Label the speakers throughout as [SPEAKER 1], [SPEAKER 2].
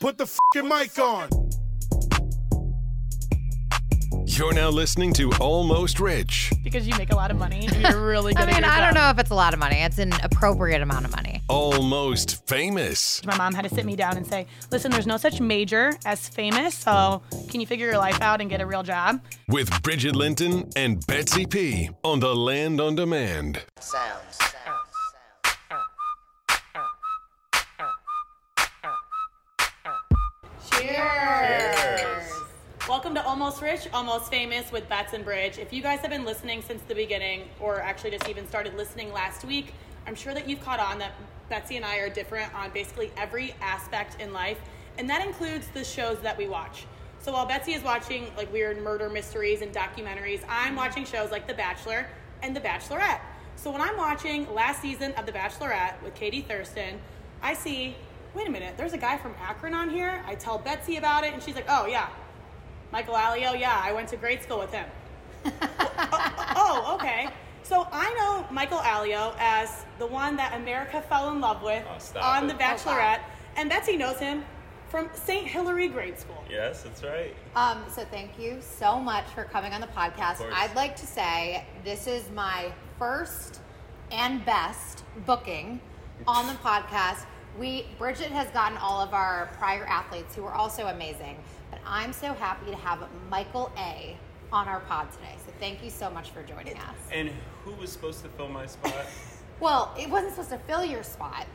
[SPEAKER 1] Put the fucking mic on.
[SPEAKER 2] You're now listening to Almost Rich.
[SPEAKER 3] because you make a lot of money and you're really good
[SPEAKER 4] I
[SPEAKER 3] at
[SPEAKER 4] mean,
[SPEAKER 3] your
[SPEAKER 4] I
[SPEAKER 3] job.
[SPEAKER 4] don't know if it's a lot of money. It's an appropriate amount of money.
[SPEAKER 2] Almost famous.
[SPEAKER 3] My mom had to sit me down and say, listen, there's no such major as famous, so can you figure your life out and get a real job?
[SPEAKER 2] With Bridget Linton and Betsy P on the Land on Demand.
[SPEAKER 5] sounds. sounds.
[SPEAKER 3] Welcome to Almost Rich, Almost Famous with Bats and Bridge. If you guys have been listening since the beginning, or actually just even started listening last week, I'm sure that you've caught on that Betsy and I are different on basically every aspect in life, and that includes the shows that we watch. So while Betsy is watching like weird murder mysteries and documentaries, I'm watching shows like The Bachelor and The Bachelorette. So when I'm watching last season of The Bachelorette with Katie Thurston, I see, wait a minute, there's a guy from Akron on here. I tell Betsy about it, and she's like, oh yeah, Michael Alio, yeah, I went to grade school with him. oh, oh, okay. So I know Michael Alio as the one that America fell in love with on The Bachelorette, and Betsy knows him from St. Hilary Grade School.
[SPEAKER 6] Yes, that's right.
[SPEAKER 4] Um, so thank you so much for coming on the podcast.
[SPEAKER 6] course.
[SPEAKER 4] I'd like to say this is my first and best booking on the podcast. We Bridget has gotten all of our prior athletes who were also amazing, but I'm so happy to have Michael A on our pod today. So thank you so much for joining us.
[SPEAKER 6] And who was supposed to fill my spot?
[SPEAKER 4] Well, it wasn't supposed to fill your spot.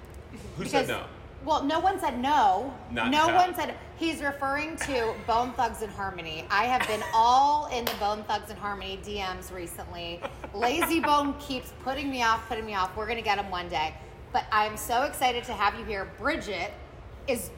[SPEAKER 6] Who said no?
[SPEAKER 4] Well, no one said no.
[SPEAKER 6] Not
[SPEAKER 4] no
[SPEAKER 6] Pat.
[SPEAKER 4] one said he's referring to Bone Thugs and Harmony. I have been all in the Bone Thugs and Harmony DMs recently. Lazy Bone keeps putting me off, putting me off. We're gonna get him one day. But I'm so excited to have you here. Bridget is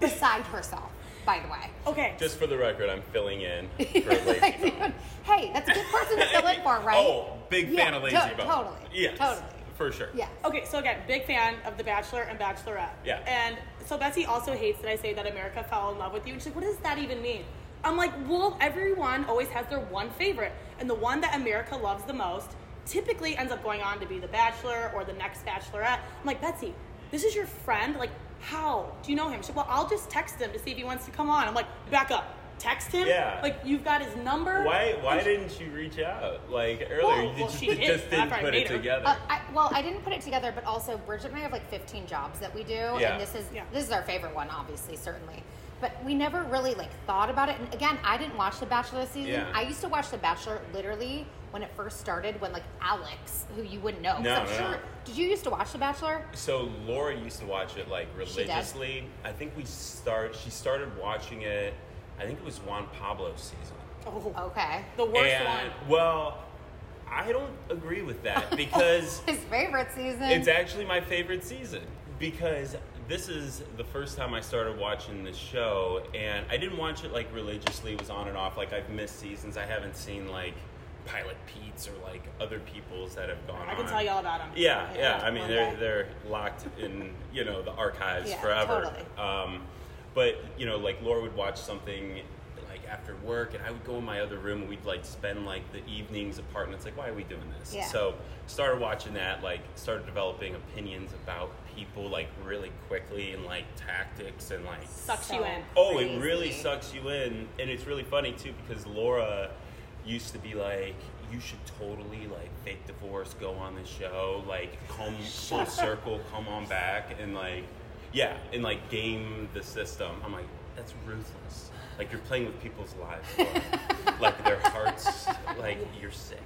[SPEAKER 4] beside herself, by the way.
[SPEAKER 3] Okay.
[SPEAKER 6] Just for the record, I'm filling in for Lazy Bone.
[SPEAKER 4] hey, that's a good person to fill in for, right?
[SPEAKER 6] Oh, big fan
[SPEAKER 4] Yeah,
[SPEAKER 6] of Lazy
[SPEAKER 4] to-
[SPEAKER 6] Bone.
[SPEAKER 4] Totally.
[SPEAKER 6] Yes.
[SPEAKER 4] Totally.
[SPEAKER 6] For sure.
[SPEAKER 4] Yes.
[SPEAKER 3] Okay, so again, big fan of The Bachelor and Bachelorette.
[SPEAKER 6] Yeah.
[SPEAKER 3] And so Betsy also hates that I say that America fell in love with you. And she's like, what does that even mean? I'm like, well, everyone always has their one favorite. And the one that America loves the most typically ends up going on to be The Bachelor or the next Bachelorette. I'm like, Betsy, this is your friend? Like, how do you know him? She's like, well, I'll just text him to see if he wants to come on. I'm like, back up. Text him?
[SPEAKER 6] Yeah.
[SPEAKER 3] Like, you've got his number?
[SPEAKER 6] Why why didn't you reach out? Like earlier,
[SPEAKER 3] Well,
[SPEAKER 6] you
[SPEAKER 3] well,
[SPEAKER 6] just,
[SPEAKER 3] she
[SPEAKER 6] you
[SPEAKER 3] did
[SPEAKER 6] just didn't
[SPEAKER 3] after I
[SPEAKER 6] put
[SPEAKER 3] made
[SPEAKER 6] it
[SPEAKER 3] her.
[SPEAKER 6] together.
[SPEAKER 4] Uh, I, well, I didn't put it together, but also Bridget and I have like 15 jobs that we do,
[SPEAKER 6] Yeah.
[SPEAKER 4] and this is
[SPEAKER 3] Yeah.
[SPEAKER 4] this is our favorite one, obviously, certainly. But we never really like thought about it. And again, I didn't watch The Bachelor this season.
[SPEAKER 6] Yeah.
[SPEAKER 4] I used to watch The Bachelor literally when it first started, when like Alex, who you wouldn't know, 'cause
[SPEAKER 6] No,
[SPEAKER 4] I'm
[SPEAKER 6] no,
[SPEAKER 4] sure.
[SPEAKER 6] no.
[SPEAKER 4] Did you used to watch The Bachelor?
[SPEAKER 6] so Laura used to watch it like
[SPEAKER 4] did.
[SPEAKER 6] religiously. I think we start she started watching it. I think it was Juan Pablo's season.
[SPEAKER 3] Oh,
[SPEAKER 4] Okay.
[SPEAKER 3] the worst
[SPEAKER 6] and
[SPEAKER 3] one.
[SPEAKER 6] well, I don't agree with that because
[SPEAKER 4] His favorite season.
[SPEAKER 6] It's actually my favorite season because this is the first time I started watching the show, and I didn't watch it like religiously. It was on and off. Like I've missed seasons. I haven't seen like Pilot Pete's or like other people's that have gone.
[SPEAKER 3] I can
[SPEAKER 6] on.
[SPEAKER 3] tell you all about him.
[SPEAKER 6] Yeah, yeah. I mean,
[SPEAKER 3] one
[SPEAKER 6] they're
[SPEAKER 3] day.
[SPEAKER 6] they're locked in you know the archives
[SPEAKER 4] Yeah,
[SPEAKER 6] forever.
[SPEAKER 4] totally.
[SPEAKER 6] Um, but you know, like Laura would watch something like after work, and I would go in my other room, and we'd like spend like the evenings apart, and it's like, why are we doing this?
[SPEAKER 4] Yeah.
[SPEAKER 6] So started watching that, like started developing opinions about people like really quickly, and like tactics, and like
[SPEAKER 3] Sucks you in.
[SPEAKER 6] Oh, it really
[SPEAKER 4] crazy.
[SPEAKER 6] sucks you in, and it's really funny too because Laura used to be like, "You should totally like fake divorce, go on the show, like come full circle, come on back, and like, yeah, and like game the system." I'm like, "That's ruthless. Like you're playing with people's lives, Laura. like their hearts. Like you're sick."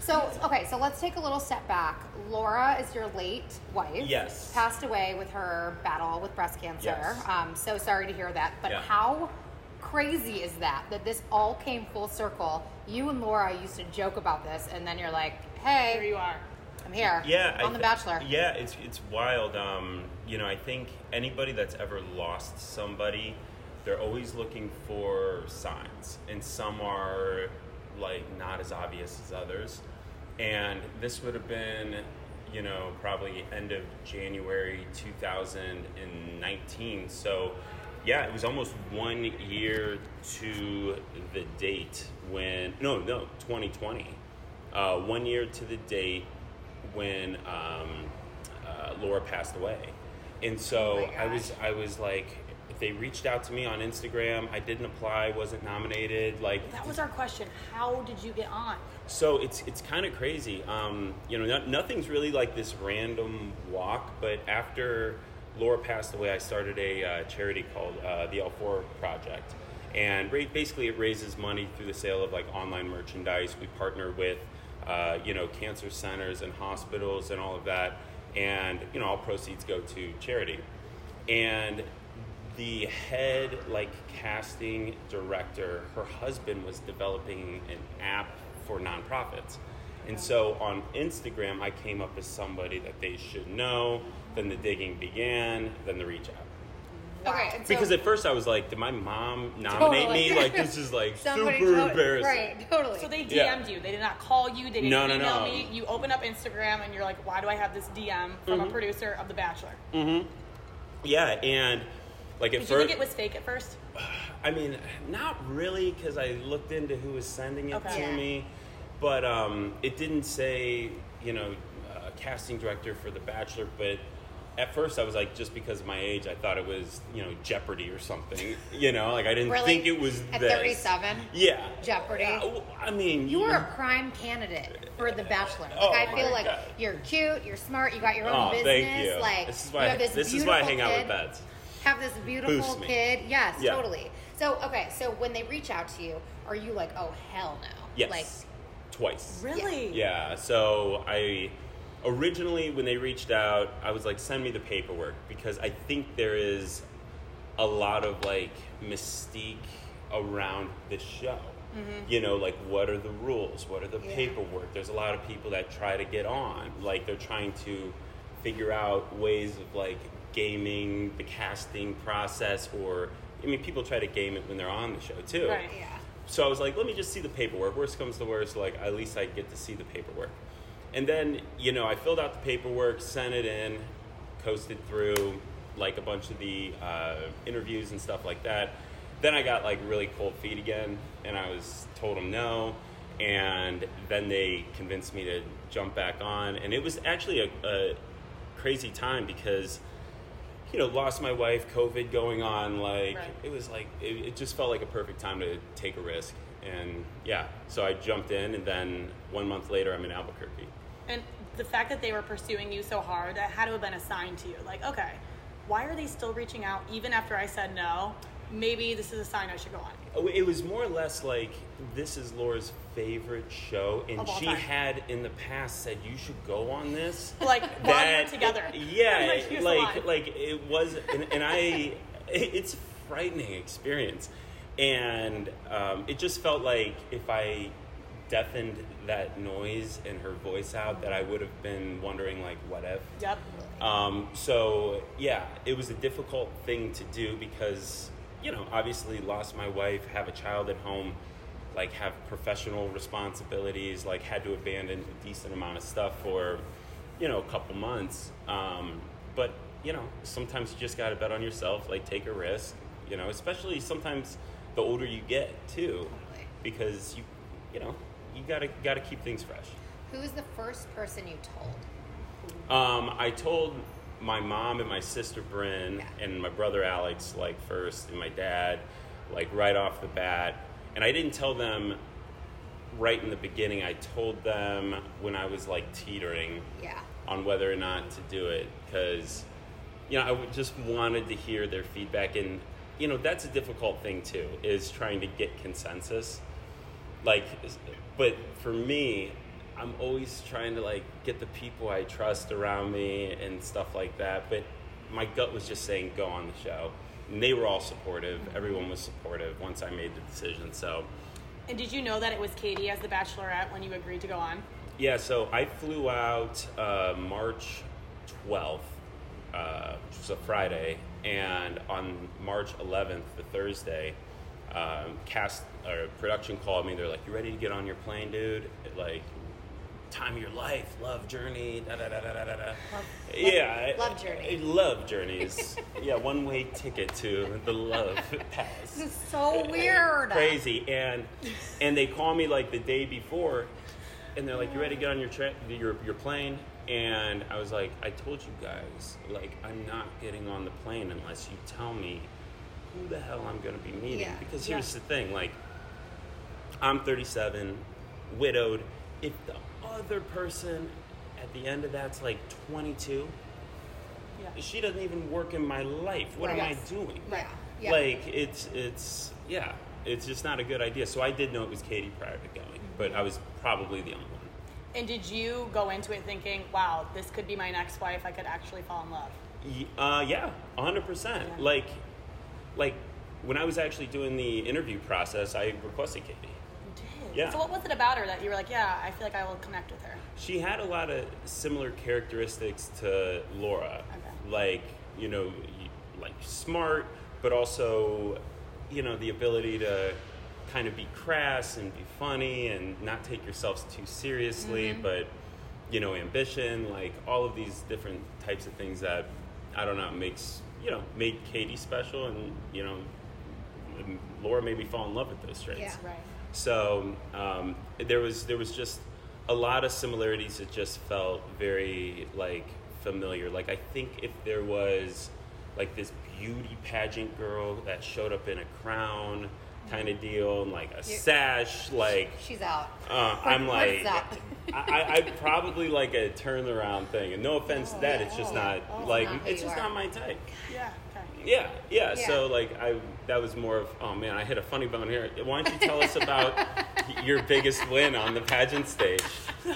[SPEAKER 4] So okay, so let's take a little step back. Laura is your late wife.
[SPEAKER 6] Yes.
[SPEAKER 4] Passed away with her battle with breast cancer.
[SPEAKER 6] Yes.
[SPEAKER 4] Um, so sorry to hear that. But
[SPEAKER 6] Yeah.
[SPEAKER 4] how crazy is that that this all came full circle? You and Laura used to joke about this, and then you're like,
[SPEAKER 3] Here you
[SPEAKER 4] "Hey,
[SPEAKER 3] are.
[SPEAKER 4] I'm here."
[SPEAKER 6] Yeah, I
[SPEAKER 4] On The
[SPEAKER 6] thi-
[SPEAKER 4] Bachelor.
[SPEAKER 6] Yeah, it's it's wild. Um, you know, I think anybody that's ever lost somebody, they're always looking for signs, and some are like not as obvious as others. And this would have been, you know, probably end of January 2019. So, yeah, it was almost one year to the date when no, no, 2020. Uh, one year to the date when um, uh, Laura passed away, and so
[SPEAKER 4] Oh my
[SPEAKER 6] I
[SPEAKER 4] gosh.
[SPEAKER 6] was I was like, if they reached out to me on Instagram, I didn't apply, wasn't nominated, like
[SPEAKER 3] That was our question. How did you get on?
[SPEAKER 6] so it's it's kind of crazy. Um, you know, no, nothing's really like this random walk. But after Laura passed away, I started a uh, charity called uh, the L4 Project, and ra- basically it raises money through the sale of like online merchandise. We partner with uh, you know cancer centers and hospitals and all of that, and you know all proceeds go to charity. And the head like casting director her husband was developing an app for nonprofits and so on instagram i came up as somebody that they should know then the digging began then the reach out
[SPEAKER 4] Okay,
[SPEAKER 6] so- because at first I was like, did my mom nominate
[SPEAKER 4] Totally.
[SPEAKER 6] me? Like this is like
[SPEAKER 4] Somebody
[SPEAKER 6] super
[SPEAKER 4] tot-
[SPEAKER 6] embarrassing.
[SPEAKER 4] Right, totally.
[SPEAKER 3] So they DM'd
[SPEAKER 6] Yeah.
[SPEAKER 3] you. They did not call you. They didn't
[SPEAKER 6] No, no,
[SPEAKER 3] email
[SPEAKER 6] no.
[SPEAKER 3] me. You open up Instagram and you're like, why do I have this DM from
[SPEAKER 6] Mm-hmm.
[SPEAKER 3] a producer of The Bachelor?
[SPEAKER 6] Yeah, and like
[SPEAKER 3] Did
[SPEAKER 6] at
[SPEAKER 3] you
[SPEAKER 6] first,
[SPEAKER 3] think it was fake at first?
[SPEAKER 6] I mean, not really, because I looked into who was sending it
[SPEAKER 3] Okay.
[SPEAKER 6] to
[SPEAKER 4] Yeah.
[SPEAKER 6] me, but um, it didn't say, you know, uh, casting director for The Bachelor. But at first, I was like, just because of my age, I thought it was, you know, Jeopardy or something. You know, like I didn't
[SPEAKER 4] Really?
[SPEAKER 6] think it was
[SPEAKER 4] At
[SPEAKER 6] this.
[SPEAKER 4] 37?
[SPEAKER 6] Yeah,
[SPEAKER 4] Jeopardy?
[SPEAKER 6] Yeah, well, I mean,
[SPEAKER 4] You were a prime candidate for The Bachelor. Like,
[SPEAKER 6] Oh
[SPEAKER 4] I
[SPEAKER 6] my
[SPEAKER 4] feel like
[SPEAKER 6] God.
[SPEAKER 4] you're cute, you're smart, you got your own
[SPEAKER 6] Oh,
[SPEAKER 4] business.
[SPEAKER 6] thank you.
[SPEAKER 4] Like
[SPEAKER 6] This is
[SPEAKER 4] you
[SPEAKER 6] why
[SPEAKER 4] have this,
[SPEAKER 6] this is why I
[SPEAKER 4] beautiful
[SPEAKER 6] hang out
[SPEAKER 4] kid,
[SPEAKER 6] with Bets.
[SPEAKER 4] Have this beautiful
[SPEAKER 6] Boosts me.
[SPEAKER 4] kid. Yes,
[SPEAKER 6] Yeah.
[SPEAKER 4] totally. So okay, so when they reach out to you, are you like, oh hell no?
[SPEAKER 6] yes,
[SPEAKER 4] Like
[SPEAKER 6] twice.
[SPEAKER 3] Really?
[SPEAKER 6] Yeah, so I originally when they reached out, I was like send me the paperwork because I think there is a lot of like mystique around this show. You know, like what are the rules? What are the
[SPEAKER 4] Yeah.
[SPEAKER 6] paperwork? There's a lot of people that try to get on, like they're trying to figure out ways of like gaming the casting process or I mean people try to game it when they're on the show too.
[SPEAKER 3] Right.
[SPEAKER 4] yeah.
[SPEAKER 6] So I was like, let me just see the paperwork. Worst comes to worst, like at least I get to see the paperwork. And then, you know, I filled out the paperwork, sent it in, coasted through like a bunch of the uh, interviews and stuff like that. Then I got like really cold feet again, and I was told them no. And then they convinced me to jump back on, and it was actually a, a crazy time because you know, lost my wife, COVID going on. Like,
[SPEAKER 3] Right.
[SPEAKER 6] it was like, it, it just felt like a perfect time to take a risk. And yeah, so I jumped in, and then one month later, I'm in Albuquerque.
[SPEAKER 3] And the fact that they were pursuing you so hard, that had to have been a sign to you. Like, okay, why are they still reaching out even after I said no? Maybe this is a sign I should go on.
[SPEAKER 6] Oh, It was more or less like this is Laura's favorite show, and
[SPEAKER 3] Of all
[SPEAKER 6] she
[SPEAKER 3] time.
[SPEAKER 6] had in the past said you should go on this.
[SPEAKER 3] Like, while we were together.
[SPEAKER 6] Yeah,
[SPEAKER 3] he was
[SPEAKER 6] like
[SPEAKER 3] alive.
[SPEAKER 6] like it was, and, and I, it's a frightening experience, and um, it just felt like if I deafened that noise and her voice out, that I would have been wondering like, what if?
[SPEAKER 3] Yep.
[SPEAKER 6] Um, so yeah, it was a difficult thing to do because you know obviously lost my wife, have a child at home, like have professional responsibilities, like had to abandon a decent amount of stuff for you know a couple months. Um, but you know sometimes you just got to bet on yourself, like take a risk. You know, especially sometimes the older you get too,
[SPEAKER 4] Totally.
[SPEAKER 6] because you you know you gotta gotta keep things fresh.
[SPEAKER 4] Who was the first person you told?
[SPEAKER 6] Um, I told my mom and my sister Bryn
[SPEAKER 4] Yeah.
[SPEAKER 6] and my brother Alex like first, and my dad like right off the bat. And I didn't tell them right in the beginning. I told them when I was like teetering
[SPEAKER 4] Yeah.
[SPEAKER 6] on whether or not to do it because you know I would- just wanted to hear their feedback and you know that's a difficult thing too is trying to get consensus like is- but for me I'm always trying to like get the people I trust around me and stuff like that but my gut was just saying go on the show and they were all supportive everyone was supportive once I made the decision so
[SPEAKER 3] And did you know that it was Katie as the Bachelorette when you agreed to go on?
[SPEAKER 6] Yeah, so I flew out uh, March 12th, uh, which was a Friday, and on March 11th, the Thursday, um, cast or production called me. They're like, "You ready to get on your plane, dude? Like, time of your life, love journey, da da da da da da." da." Yeah,
[SPEAKER 4] love
[SPEAKER 6] I-
[SPEAKER 4] journey.
[SPEAKER 6] I love journeys. yeah, one way ticket to the love pass
[SPEAKER 4] This is so weird.
[SPEAKER 6] Eh, crazy and and they call me like the day before and they're like you ready to get on your tra- your your plane and i was like i told you guys like i'm not getting on the plane unless you tell me who the hell I'm gonna be meeting.
[SPEAKER 4] Yeah.
[SPEAKER 6] Because here's
[SPEAKER 3] Yeah.
[SPEAKER 6] the thing, like, I'm 37, widowed. If the other person at the end of that's like 22,
[SPEAKER 3] Yeah.
[SPEAKER 6] she doesn't even work in my life. What am
[SPEAKER 4] Right.
[SPEAKER 6] I doing?
[SPEAKER 4] Right. Yeah.
[SPEAKER 6] Like it's it's yeah, it's just not a good idea. So I did know it was Katie prior to going, but I was probably the only one.
[SPEAKER 3] And did you go into it thinking, wow, this could be my next wife? I could actually fall in love.
[SPEAKER 6] Y- Uh, yeah, hundred percent.
[SPEAKER 3] Yeah.
[SPEAKER 6] Like, like when I was actually doing the interview process, I requested Katie.
[SPEAKER 3] You did.
[SPEAKER 6] Yeah.
[SPEAKER 3] So what was it about her that you were like, yeah, I feel like I will connect with her?
[SPEAKER 6] She had a lot of similar characteristics to Laura,
[SPEAKER 3] Okay.
[SPEAKER 6] like you know, y- like smart, but also you know the ability to kind of be crass and be funny and not take yourselves too seriously, but you know, ambition, like all of these different types of things that I don't know makes you know made Katie special, and you know, m- Laura made me fall in love with those traits.
[SPEAKER 4] Yeah.
[SPEAKER 3] Right.
[SPEAKER 6] So um, there was there was just a lot of similarities that just felt very like familiar. Like I think if there was like this beauty pageant girl that showed up in a crown kind
[SPEAKER 4] Mm-hmm.
[SPEAKER 6] of deal and like a sash, like
[SPEAKER 4] She's out.
[SPEAKER 6] uh, I'm like
[SPEAKER 4] What's up?
[SPEAKER 6] I, I, I probably like a turnaround thing. And no offense to that, it's just not
[SPEAKER 4] Oh, it's
[SPEAKER 6] like
[SPEAKER 4] not who
[SPEAKER 6] it's
[SPEAKER 4] you
[SPEAKER 6] just
[SPEAKER 4] are.
[SPEAKER 6] not my type.
[SPEAKER 3] Yeah. Okay.
[SPEAKER 6] Yeah, yeah,
[SPEAKER 4] Yeah.
[SPEAKER 6] So like I that was more of oh man, I hit a funny bone here. Why don't you tell us about your biggest win on the pageant stage?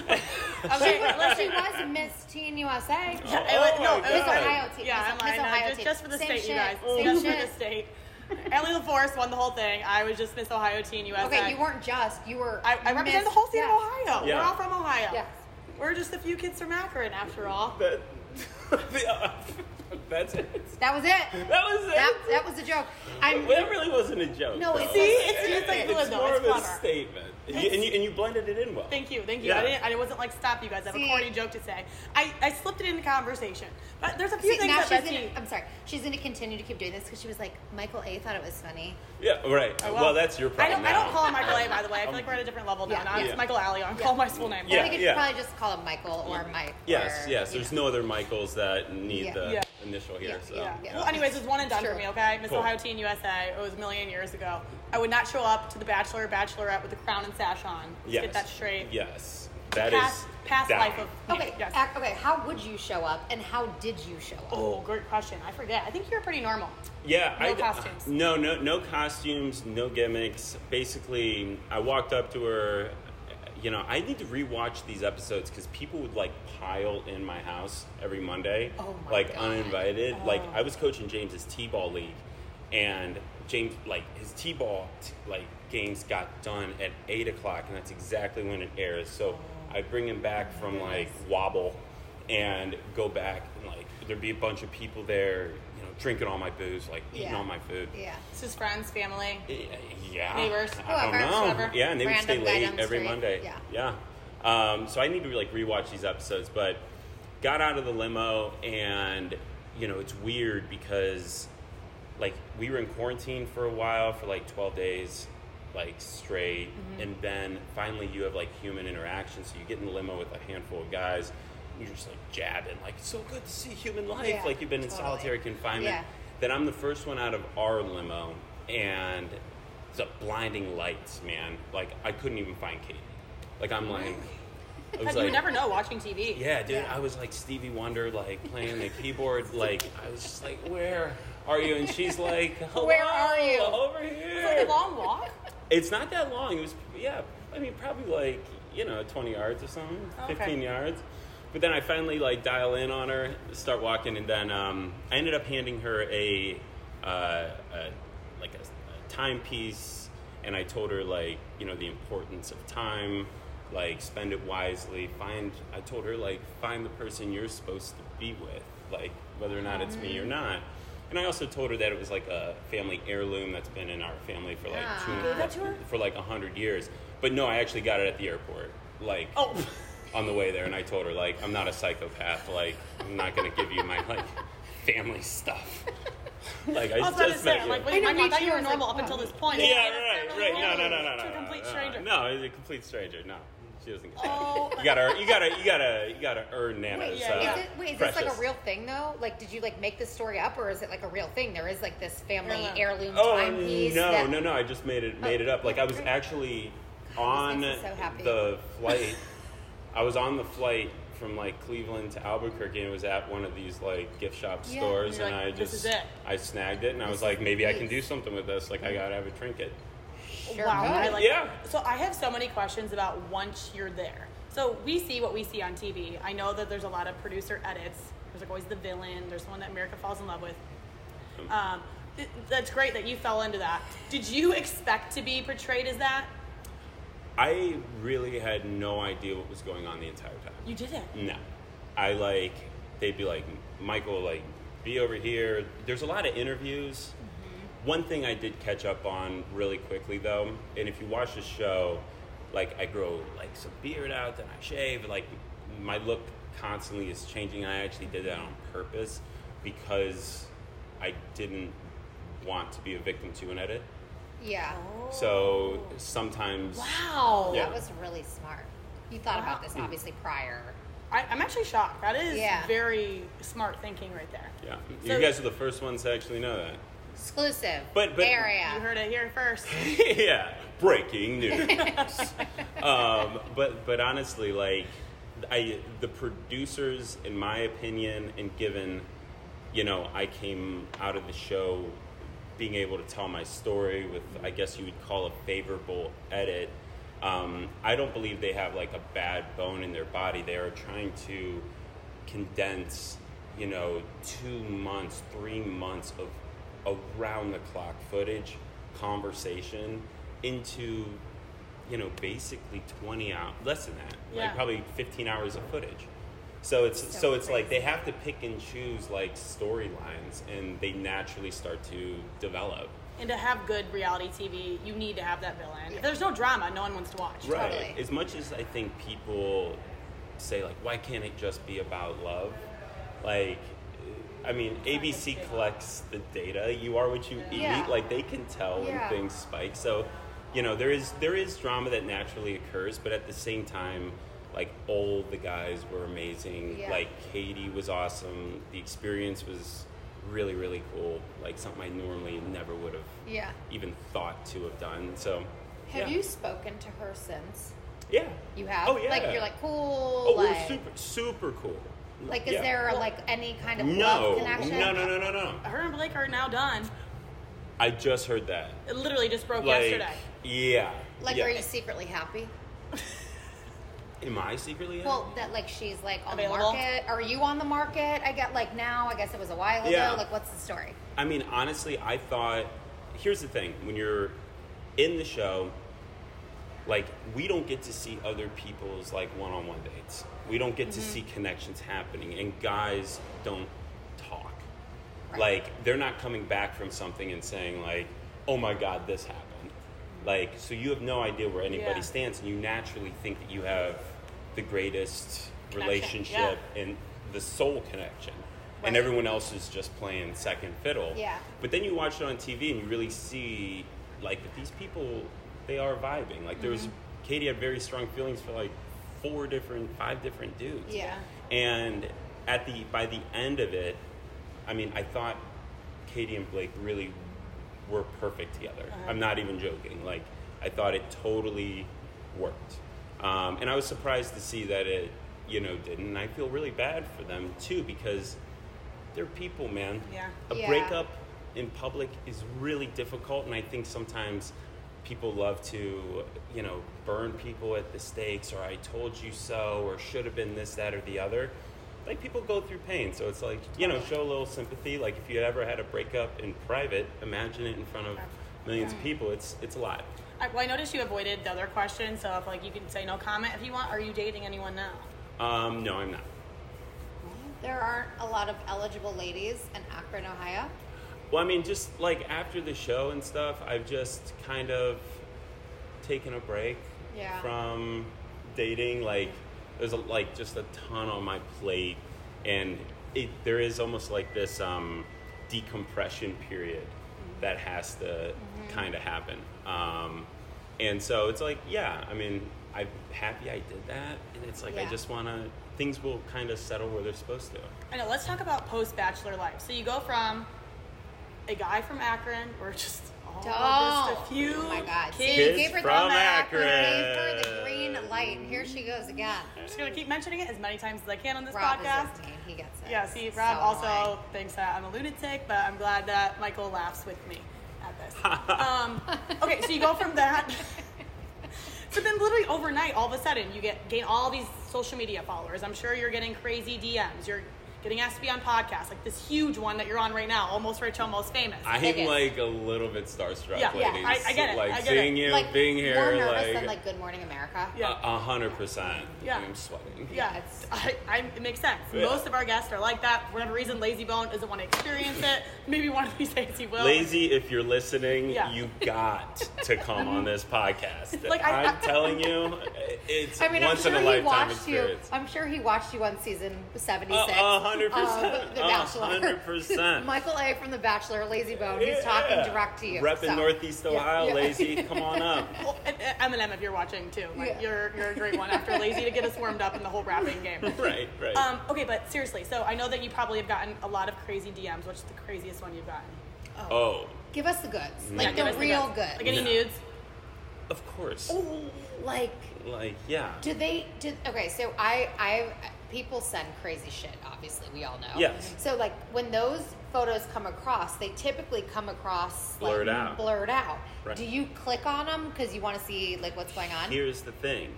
[SPEAKER 4] She was, she was Miss Teen USA.
[SPEAKER 6] Yeah.
[SPEAKER 3] It was, no,
[SPEAKER 6] my
[SPEAKER 3] it was
[SPEAKER 6] God.
[SPEAKER 3] Ohio.
[SPEAKER 4] Ohio team.
[SPEAKER 3] Yeah,
[SPEAKER 4] Miss,
[SPEAKER 3] I'm lying
[SPEAKER 4] Miss
[SPEAKER 3] now.
[SPEAKER 4] Ohio
[SPEAKER 3] just,
[SPEAKER 4] team.
[SPEAKER 3] just for the
[SPEAKER 4] Same
[SPEAKER 3] state,
[SPEAKER 4] shit.
[SPEAKER 3] you guys.
[SPEAKER 4] Same
[SPEAKER 3] Just for
[SPEAKER 4] shit.
[SPEAKER 3] the state. Ellie LaForest won the whole thing. I was just Miss Ohio Teen USA.
[SPEAKER 4] Okay, you weren't just. You were.
[SPEAKER 3] I, I represent the
[SPEAKER 4] Miss-
[SPEAKER 3] whole state
[SPEAKER 4] yeah.
[SPEAKER 3] of Ohio. We're
[SPEAKER 6] Yeah.
[SPEAKER 3] all from Ohio.
[SPEAKER 4] Yes.
[SPEAKER 3] We're just a few kids from Akron, after all.
[SPEAKER 6] That, yeah, that's it.
[SPEAKER 4] That was it.
[SPEAKER 6] That was it.
[SPEAKER 4] That, that was a joke. I'm.
[SPEAKER 6] that really wasn't a joke.
[SPEAKER 4] No,
[SPEAKER 6] though.
[SPEAKER 4] it's-
[SPEAKER 3] See, it's just like
[SPEAKER 6] it's
[SPEAKER 3] though.
[SPEAKER 6] more
[SPEAKER 3] It's
[SPEAKER 6] of a
[SPEAKER 3] clever.
[SPEAKER 6] statement, and you, and you and you blended it in well.
[SPEAKER 3] Thank you, thank you.
[SPEAKER 6] Yeah.
[SPEAKER 3] I, didn't, I wasn't like, stop, you guys. I have
[SPEAKER 4] See-
[SPEAKER 3] a corny joke to say. I, I slipped it into conversation. But there's a few
[SPEAKER 4] See,
[SPEAKER 3] things
[SPEAKER 4] now
[SPEAKER 3] that
[SPEAKER 4] she's gonna,
[SPEAKER 3] Betsy.
[SPEAKER 4] I'm sorry. She's going to continue to keep doing this because she was like, Michael A thought it was funny.
[SPEAKER 6] Yeah, right.
[SPEAKER 3] I
[SPEAKER 6] well,
[SPEAKER 3] won't.
[SPEAKER 6] that's your
[SPEAKER 3] Oh, I
[SPEAKER 6] problem.
[SPEAKER 3] don't, I don't
[SPEAKER 6] now. Um,
[SPEAKER 3] call him Michael A, by the way. I feel like we're at a different level now.
[SPEAKER 4] Yeah.
[SPEAKER 3] now it's
[SPEAKER 6] Yeah.
[SPEAKER 3] Michael Alley. I don't call my school name.
[SPEAKER 6] Yeah.
[SPEAKER 4] we could probably just call him Michael or Mike.
[SPEAKER 6] Yes,
[SPEAKER 4] or,
[SPEAKER 6] yes.
[SPEAKER 4] you
[SPEAKER 6] There's
[SPEAKER 4] know.
[SPEAKER 6] no other Michaels that need
[SPEAKER 4] Yeah.
[SPEAKER 6] the
[SPEAKER 3] Yeah.
[SPEAKER 6] initial here.
[SPEAKER 4] Yeah,
[SPEAKER 6] so
[SPEAKER 3] Yeah.
[SPEAKER 4] Yeah.
[SPEAKER 3] Well, anyways, it was one and done
[SPEAKER 4] Sure.
[SPEAKER 3] for me, okay? Miss
[SPEAKER 6] Cool.
[SPEAKER 3] Ohio Teen USA. It was a million years ago. I would not show up to the Bachelor, Bachelorette with the crown and sash on. Let's
[SPEAKER 6] yes.
[SPEAKER 3] get that straight.
[SPEAKER 6] Yes, that is
[SPEAKER 3] past past
[SPEAKER 6] down.
[SPEAKER 3] life of me.
[SPEAKER 4] Okay,
[SPEAKER 3] Yes.
[SPEAKER 4] ac- okay. How would you show up, and how did you show up?
[SPEAKER 3] Oh, great question. I forget. I think you're pretty normal.
[SPEAKER 6] Yeah,
[SPEAKER 3] No
[SPEAKER 6] I,
[SPEAKER 3] costumes.
[SPEAKER 6] No, no, no costumes, no gimmicks. Basically, I walked up to her. You know, I need to rewatch these episodes because people would like pile in my house every Monday,
[SPEAKER 4] Oh my
[SPEAKER 6] like
[SPEAKER 4] God.
[SPEAKER 6] uninvited. Like I was coaching James's t-ball league, and James like his t-ball t- like games got done at eight o'clock, and that's exactly when it airs. So I bring him back from like wobble, and go back and like there'd be a bunch of people there, you know, drinking all my booze, like eating
[SPEAKER 4] Yeah.
[SPEAKER 6] all my food.
[SPEAKER 4] Yeah.
[SPEAKER 3] It's his friends, family.
[SPEAKER 6] Yeah.
[SPEAKER 3] Neighbors,
[SPEAKER 6] I
[SPEAKER 4] whoever,
[SPEAKER 6] don't know.
[SPEAKER 4] whoever.
[SPEAKER 6] Yeah, and they would stay
[SPEAKER 4] Random guy
[SPEAKER 6] late
[SPEAKER 4] down the
[SPEAKER 6] every
[SPEAKER 4] street.
[SPEAKER 6] Monday. Yeah. Um, so I need to like rewatch these episodes, but got out of the limo and you know, it's weird because like we were in quarantine for a while for like 12 days like straight
[SPEAKER 4] Mm-hmm.
[SPEAKER 6] and then finally you have like human interaction so you get in the limo with a handful of guys and you're just like jabbing like it's so good to see human life
[SPEAKER 4] Yeah,
[SPEAKER 6] like you've been in
[SPEAKER 4] totally.
[SPEAKER 6] solitary confinement
[SPEAKER 4] Yeah.
[SPEAKER 6] then i'm the first one out of our limo and the blinding lights man like i couldn't even find katie like i'm like I was
[SPEAKER 3] Because you would never know watching TV.
[SPEAKER 6] yeah, dude,
[SPEAKER 4] Yeah.
[SPEAKER 6] I was like Stevie Wonder, like playing the keyboard. Like I was just like, "Where are you?" And she's like, Hello,
[SPEAKER 4] Where are you?"
[SPEAKER 6] Over
[SPEAKER 3] It's like
[SPEAKER 6] here."
[SPEAKER 3] a long walk.
[SPEAKER 6] It's not that long. It was yeah. I mean, probably like you know, twenty yards or something,
[SPEAKER 3] Okay.
[SPEAKER 6] fifteen yards. But then I finally like dial in on her, start walking, and then um, I ended up handing her a, uh, a like a, a timepiece, and I told her like you know the importance of time, like spend it wisely. Find I told her like find the person you're supposed to be with, like whether or not it's me or not. And I also told her that it was like a family heirloom that's been in our family for like two
[SPEAKER 4] Ah.
[SPEAKER 3] Gave that to her?
[SPEAKER 6] for like a hundred years. But no, I actually got it at the airport. Like
[SPEAKER 3] Oh.
[SPEAKER 6] on the way there, and I told her like I'm not a psychopath. Like I'm not gonna give you my like family stuff. Like I,
[SPEAKER 3] I was about to
[SPEAKER 6] just
[SPEAKER 3] say,
[SPEAKER 6] met
[SPEAKER 3] I'm
[SPEAKER 6] you.
[SPEAKER 3] like,
[SPEAKER 4] I
[SPEAKER 3] wait,
[SPEAKER 4] know,
[SPEAKER 3] Michael, I
[SPEAKER 4] me
[SPEAKER 3] thought
[SPEAKER 4] too.
[SPEAKER 3] you
[SPEAKER 4] I
[SPEAKER 3] were
[SPEAKER 4] was
[SPEAKER 3] normal
[SPEAKER 4] like, "Oh."
[SPEAKER 3] up until
[SPEAKER 4] wow.
[SPEAKER 3] this point.
[SPEAKER 6] yeah,
[SPEAKER 3] And it's
[SPEAKER 6] right,
[SPEAKER 3] family
[SPEAKER 6] right. No, no, no,
[SPEAKER 3] heirloom To
[SPEAKER 6] no, no, no,
[SPEAKER 3] a complete
[SPEAKER 6] no,
[SPEAKER 3] stranger.
[SPEAKER 6] No, he's a complete stranger. No. She doesn't get that.
[SPEAKER 3] Oh,
[SPEAKER 6] You gotta, you gotta, you gotta, you gotta earn Nana's.
[SPEAKER 4] Wait,
[SPEAKER 3] yeah,
[SPEAKER 6] uh,
[SPEAKER 4] is, it, wait, is this like
[SPEAKER 6] precious.
[SPEAKER 4] a real thing though? Like, did you like make this story up, or is it like a real thing? There is like this family
[SPEAKER 3] Heirloom.
[SPEAKER 4] heirloom
[SPEAKER 6] Oh
[SPEAKER 4] timepiece.
[SPEAKER 6] no,
[SPEAKER 4] that-
[SPEAKER 6] no, no! I just made it made it up. Like I was
[SPEAKER 4] great.
[SPEAKER 6] actually
[SPEAKER 4] God,
[SPEAKER 6] on
[SPEAKER 4] this makes me so happy.
[SPEAKER 6] the flight. I was on the flight from like Cleveland to Albuquerque, and it was at one of these like gift shop
[SPEAKER 4] Yeah,
[SPEAKER 6] stores,
[SPEAKER 3] and
[SPEAKER 6] and
[SPEAKER 3] you're
[SPEAKER 6] I
[SPEAKER 3] like,
[SPEAKER 6] just
[SPEAKER 3] "This is it."
[SPEAKER 6] I snagged it, and I was like, maybe I can do something with this. Like I gotta have a trinket.
[SPEAKER 4] Sure
[SPEAKER 3] wow,
[SPEAKER 4] could.
[SPEAKER 3] I like
[SPEAKER 6] Yeah.
[SPEAKER 3] that. So I have so many questions about once you're there. So we see what we see on TV. I know that there's a lot of producer edits. There's like always the villain. There's one that America falls in love with. Um, th- that's great that you fell into that. Did you expect to be portrayed as that?
[SPEAKER 6] I really had no idea what was going on the entire time.
[SPEAKER 3] You didn't.
[SPEAKER 6] No. I like, they'd be like, Michael, like, be over here. There's a lot of interviews. One thing I did catch up on really quickly, though, and if you watch the show, like, I grow, like, some beard out, then I shave. Like, my look constantly is changing. I actually did that on purpose because I didn't want to be a victim to an edit.
[SPEAKER 4] Yeah.
[SPEAKER 6] So sometimes.
[SPEAKER 4] Wow,
[SPEAKER 6] Yeah.
[SPEAKER 4] that was really smart. You thought
[SPEAKER 3] Wow.
[SPEAKER 4] about this obviously prior.
[SPEAKER 3] I, I'm actually shocked. That is
[SPEAKER 4] Yeah.
[SPEAKER 3] very smart thinking right there.
[SPEAKER 6] Yeah.
[SPEAKER 3] So-
[SPEAKER 6] you guys are the first ones to actually know that.
[SPEAKER 4] Exclusive.
[SPEAKER 6] But- but-
[SPEAKER 3] You
[SPEAKER 4] area.
[SPEAKER 3] heard it here first.
[SPEAKER 6] yeah, breaking news. um, but but honestly, like I the producers, in my opinion, and given, you know, I came out of the show being able to tell my story with, I guess you would call a favorable edit. Um, I don't believe they have like a bad bone in their body. They are trying to condense, you know, two months, three months of around the clock footage, conversation into, you know, basically 20 hours, less than that,
[SPEAKER 3] Yeah.
[SPEAKER 6] like probably 15 hours of footage. So it's so, it's like they have to pick and choose like storylines and they naturally start to develop.
[SPEAKER 3] and to have good reality TV, you need to have that villain. If there's no drama, no one wants to watch.
[SPEAKER 4] Totally.
[SPEAKER 6] As much as I think people say like why can't it just be about love? Like I mean, ABC collects the data. You are what you eat.
[SPEAKER 4] Yeah.
[SPEAKER 6] Like they can tell
[SPEAKER 4] Yeah.
[SPEAKER 6] when things spike. So, you know, there is there is drama that naturally occurs, but at the same time, like all the guys were amazing.
[SPEAKER 4] Yeah.
[SPEAKER 6] Like Katie was awesome. The experience was really really cool. Like something I normally never would have
[SPEAKER 4] Yeah.
[SPEAKER 6] even thought to have done. So,
[SPEAKER 4] Have
[SPEAKER 6] yeah.
[SPEAKER 4] you spoken to her since?
[SPEAKER 6] Yeah.
[SPEAKER 4] You have?
[SPEAKER 6] Oh yeah.
[SPEAKER 4] Like you're like cool.
[SPEAKER 6] Oh,
[SPEAKER 4] like,
[SPEAKER 6] we're super super cool.
[SPEAKER 4] like is
[SPEAKER 6] Yeah.
[SPEAKER 4] there like any kind of
[SPEAKER 6] No.
[SPEAKER 4] love connection?
[SPEAKER 6] No, no, no, no, no.
[SPEAKER 3] Her and Blake are now done.
[SPEAKER 6] I just heard that.
[SPEAKER 3] It literally just broke
[SPEAKER 6] Like
[SPEAKER 3] yesterday.
[SPEAKER 6] yeah.
[SPEAKER 4] Like
[SPEAKER 6] yeah.
[SPEAKER 4] are you secretly happy?
[SPEAKER 6] Am I secretly? happy?
[SPEAKER 4] Well, that like she's like on
[SPEAKER 3] Available?
[SPEAKER 4] the market. Are you on the market? I get like now. I guess it was a while
[SPEAKER 6] Yeah.
[SPEAKER 4] ago. Like what's the story?
[SPEAKER 6] I mean, honestly, I thought. Here's the thing: when you're in the show, like we don't get to see other people's like one-on-one dates. We don't get to
[SPEAKER 3] Mm-hmm.
[SPEAKER 6] see connections happening, and guys don't talk. Like they're not coming back from something and saying like, "Oh my God, this happened." Like so, you have no idea where anybody
[SPEAKER 3] Yeah.
[SPEAKER 6] stands, and you naturally think that you have the greatest
[SPEAKER 3] Connection, yeah.
[SPEAKER 6] relationship and the soul connection. And
[SPEAKER 4] Right.
[SPEAKER 6] everyone else is just playing second fiddle.
[SPEAKER 4] Yeah.
[SPEAKER 6] But then you watch it on TV and you really see like that these people they are vibing. Like there was
[SPEAKER 4] Mm-hmm.
[SPEAKER 6] Katie had very strong feelings for like four different, five different dudes.
[SPEAKER 4] Yeah.
[SPEAKER 6] And at the by the end of it, I mean, I thought Katie and Blake really were perfect together. I'm not even joking. Like I thought it totally worked. Um, and I was surprised to see that it, you know, didn't. And I feel really bad for them too because they're people, man.
[SPEAKER 3] Yeah.
[SPEAKER 6] A
[SPEAKER 4] Yeah.
[SPEAKER 6] breakup in public is really difficult, and I think sometimes people love to, you know, burn people at the stakes, or I told you so, or should have been this, that, or the other. Like people go through pain, so it's like you know, show a little sympathy. Like if you ever had a breakup in private, imagine it in front of millions of people. It's it's a lot.
[SPEAKER 3] I, well, I noticed you avoided the other question, so if like you can say no comment if you want. Are you dating anyone now?
[SPEAKER 6] Um, no, I'm not.
[SPEAKER 4] There aren't a lot of eligible ladies in Akron, Ohio.
[SPEAKER 6] Well, I mean, just like after the show and stuff, I've just kind of taken a break
[SPEAKER 4] Yeah.
[SPEAKER 6] from dating. Like, there's a, like just a ton on my plate, and it there is almost like this um, decompression period
[SPEAKER 4] Mm-hmm.
[SPEAKER 6] that has to kind of happen. Um, and so it's like, yeah, I mean, I'm happy I did that, and it's like I
[SPEAKER 4] Yeah.
[SPEAKER 6] just want to. Things will kind of settle where they're supposed to.
[SPEAKER 3] I know. Let's talk about post bachelor life. So you go from a guy from Akron, or just all
[SPEAKER 4] Oh,
[SPEAKER 3] just a few.
[SPEAKER 4] oh my God! See,
[SPEAKER 3] Kids.
[SPEAKER 6] Kids
[SPEAKER 4] you gave her the
[SPEAKER 6] from
[SPEAKER 4] back, you gave her
[SPEAKER 6] Akron.
[SPEAKER 4] the green light, and here she goes again.
[SPEAKER 3] I'm just gonna keep mentioning it as many times as I can on this
[SPEAKER 4] Rob
[SPEAKER 3] podcast.
[SPEAKER 4] is his name. He gets it.
[SPEAKER 3] Yeah, see,
[SPEAKER 4] It's
[SPEAKER 3] Rob
[SPEAKER 4] so
[SPEAKER 3] also
[SPEAKER 4] annoying.
[SPEAKER 3] thinks that I'm a lunatic, but I'm glad that Michael laughs with me at this. um, okay, so you go from that. So then, literally overnight, all of a sudden, you get gain all these social media followers. I'm sure you're getting crazy DMs. You're getting asked to be on podcasts, like this huge one that you're on right now, almost rich, almost famous.
[SPEAKER 6] I
[SPEAKER 4] Take it.
[SPEAKER 6] am like a little bit starstruck,
[SPEAKER 3] Yeah, yeah,
[SPEAKER 6] ladies.
[SPEAKER 3] I- I get it,
[SPEAKER 6] Like
[SPEAKER 3] I get
[SPEAKER 6] seeing
[SPEAKER 3] it.
[SPEAKER 6] you,
[SPEAKER 4] like
[SPEAKER 6] being
[SPEAKER 4] more
[SPEAKER 6] here,
[SPEAKER 4] nervous
[SPEAKER 6] like,
[SPEAKER 4] than like Good Morning America.
[SPEAKER 3] Yeah.
[SPEAKER 6] a a hundred percent.
[SPEAKER 3] Yeah.
[SPEAKER 6] I'm sweating.
[SPEAKER 3] yeah,
[SPEAKER 4] Yes.
[SPEAKER 3] I, I, it makes sense.
[SPEAKER 6] Yeah.
[SPEAKER 3] Most of our guests are like that. For whatever reason, Lazy Bone doesn't want to experience it. Maybe one of these days he will.
[SPEAKER 6] Lazy, if you're listening,
[SPEAKER 3] Yeah.
[SPEAKER 6] you got to come on this podcast.
[SPEAKER 3] Like, I-
[SPEAKER 6] I, am telling you, it's
[SPEAKER 4] I mean,
[SPEAKER 6] once
[SPEAKER 4] I'm sure
[SPEAKER 6] in a
[SPEAKER 4] he
[SPEAKER 6] lifetime
[SPEAKER 4] watched
[SPEAKER 6] experience.
[SPEAKER 4] you. I'm sure he watched you on season 76.
[SPEAKER 6] A- a hundred
[SPEAKER 4] of
[SPEAKER 6] percent.
[SPEAKER 4] The
[SPEAKER 6] A
[SPEAKER 4] Bachelor.
[SPEAKER 6] hundred percent.
[SPEAKER 4] Michael A. from The Bachelor, Lazy Bone. He's
[SPEAKER 6] Yeah.
[SPEAKER 4] talking direct to you.
[SPEAKER 6] Repping
[SPEAKER 4] so.
[SPEAKER 6] Northeast Ohio,
[SPEAKER 4] yeah.
[SPEAKER 6] Lazy, come on up.
[SPEAKER 3] Well, and- uh, and Eminem, if you're watching too, like
[SPEAKER 4] Yeah.
[SPEAKER 3] you're you're a great one after lazy to get us warmed up in the whole rapping game.
[SPEAKER 6] Right, right.
[SPEAKER 3] Um, okay, but seriously, so I know that you probably have gotten a lot of crazy DMs. What's the craziest one you've gotten?
[SPEAKER 6] oh,
[SPEAKER 4] Give us the goods.
[SPEAKER 3] Yeah,
[SPEAKER 4] Like
[SPEAKER 3] give us
[SPEAKER 4] the
[SPEAKER 3] the
[SPEAKER 4] real
[SPEAKER 3] goods.
[SPEAKER 4] goods.
[SPEAKER 3] Like any
[SPEAKER 6] No.
[SPEAKER 3] nudes?
[SPEAKER 6] of course.
[SPEAKER 4] Oh. Like,
[SPEAKER 6] Like, yeah.
[SPEAKER 4] do they, do, okay, so I, I, people send crazy shit, obviously, we all know.
[SPEAKER 6] Yes.
[SPEAKER 4] So, like, when those photos come across, they typically come across like,
[SPEAKER 6] Blurred out.
[SPEAKER 4] Blurred out.
[SPEAKER 6] Right.
[SPEAKER 4] Do you click on them because you want to see, like, what's going on?
[SPEAKER 6] Here's the thing.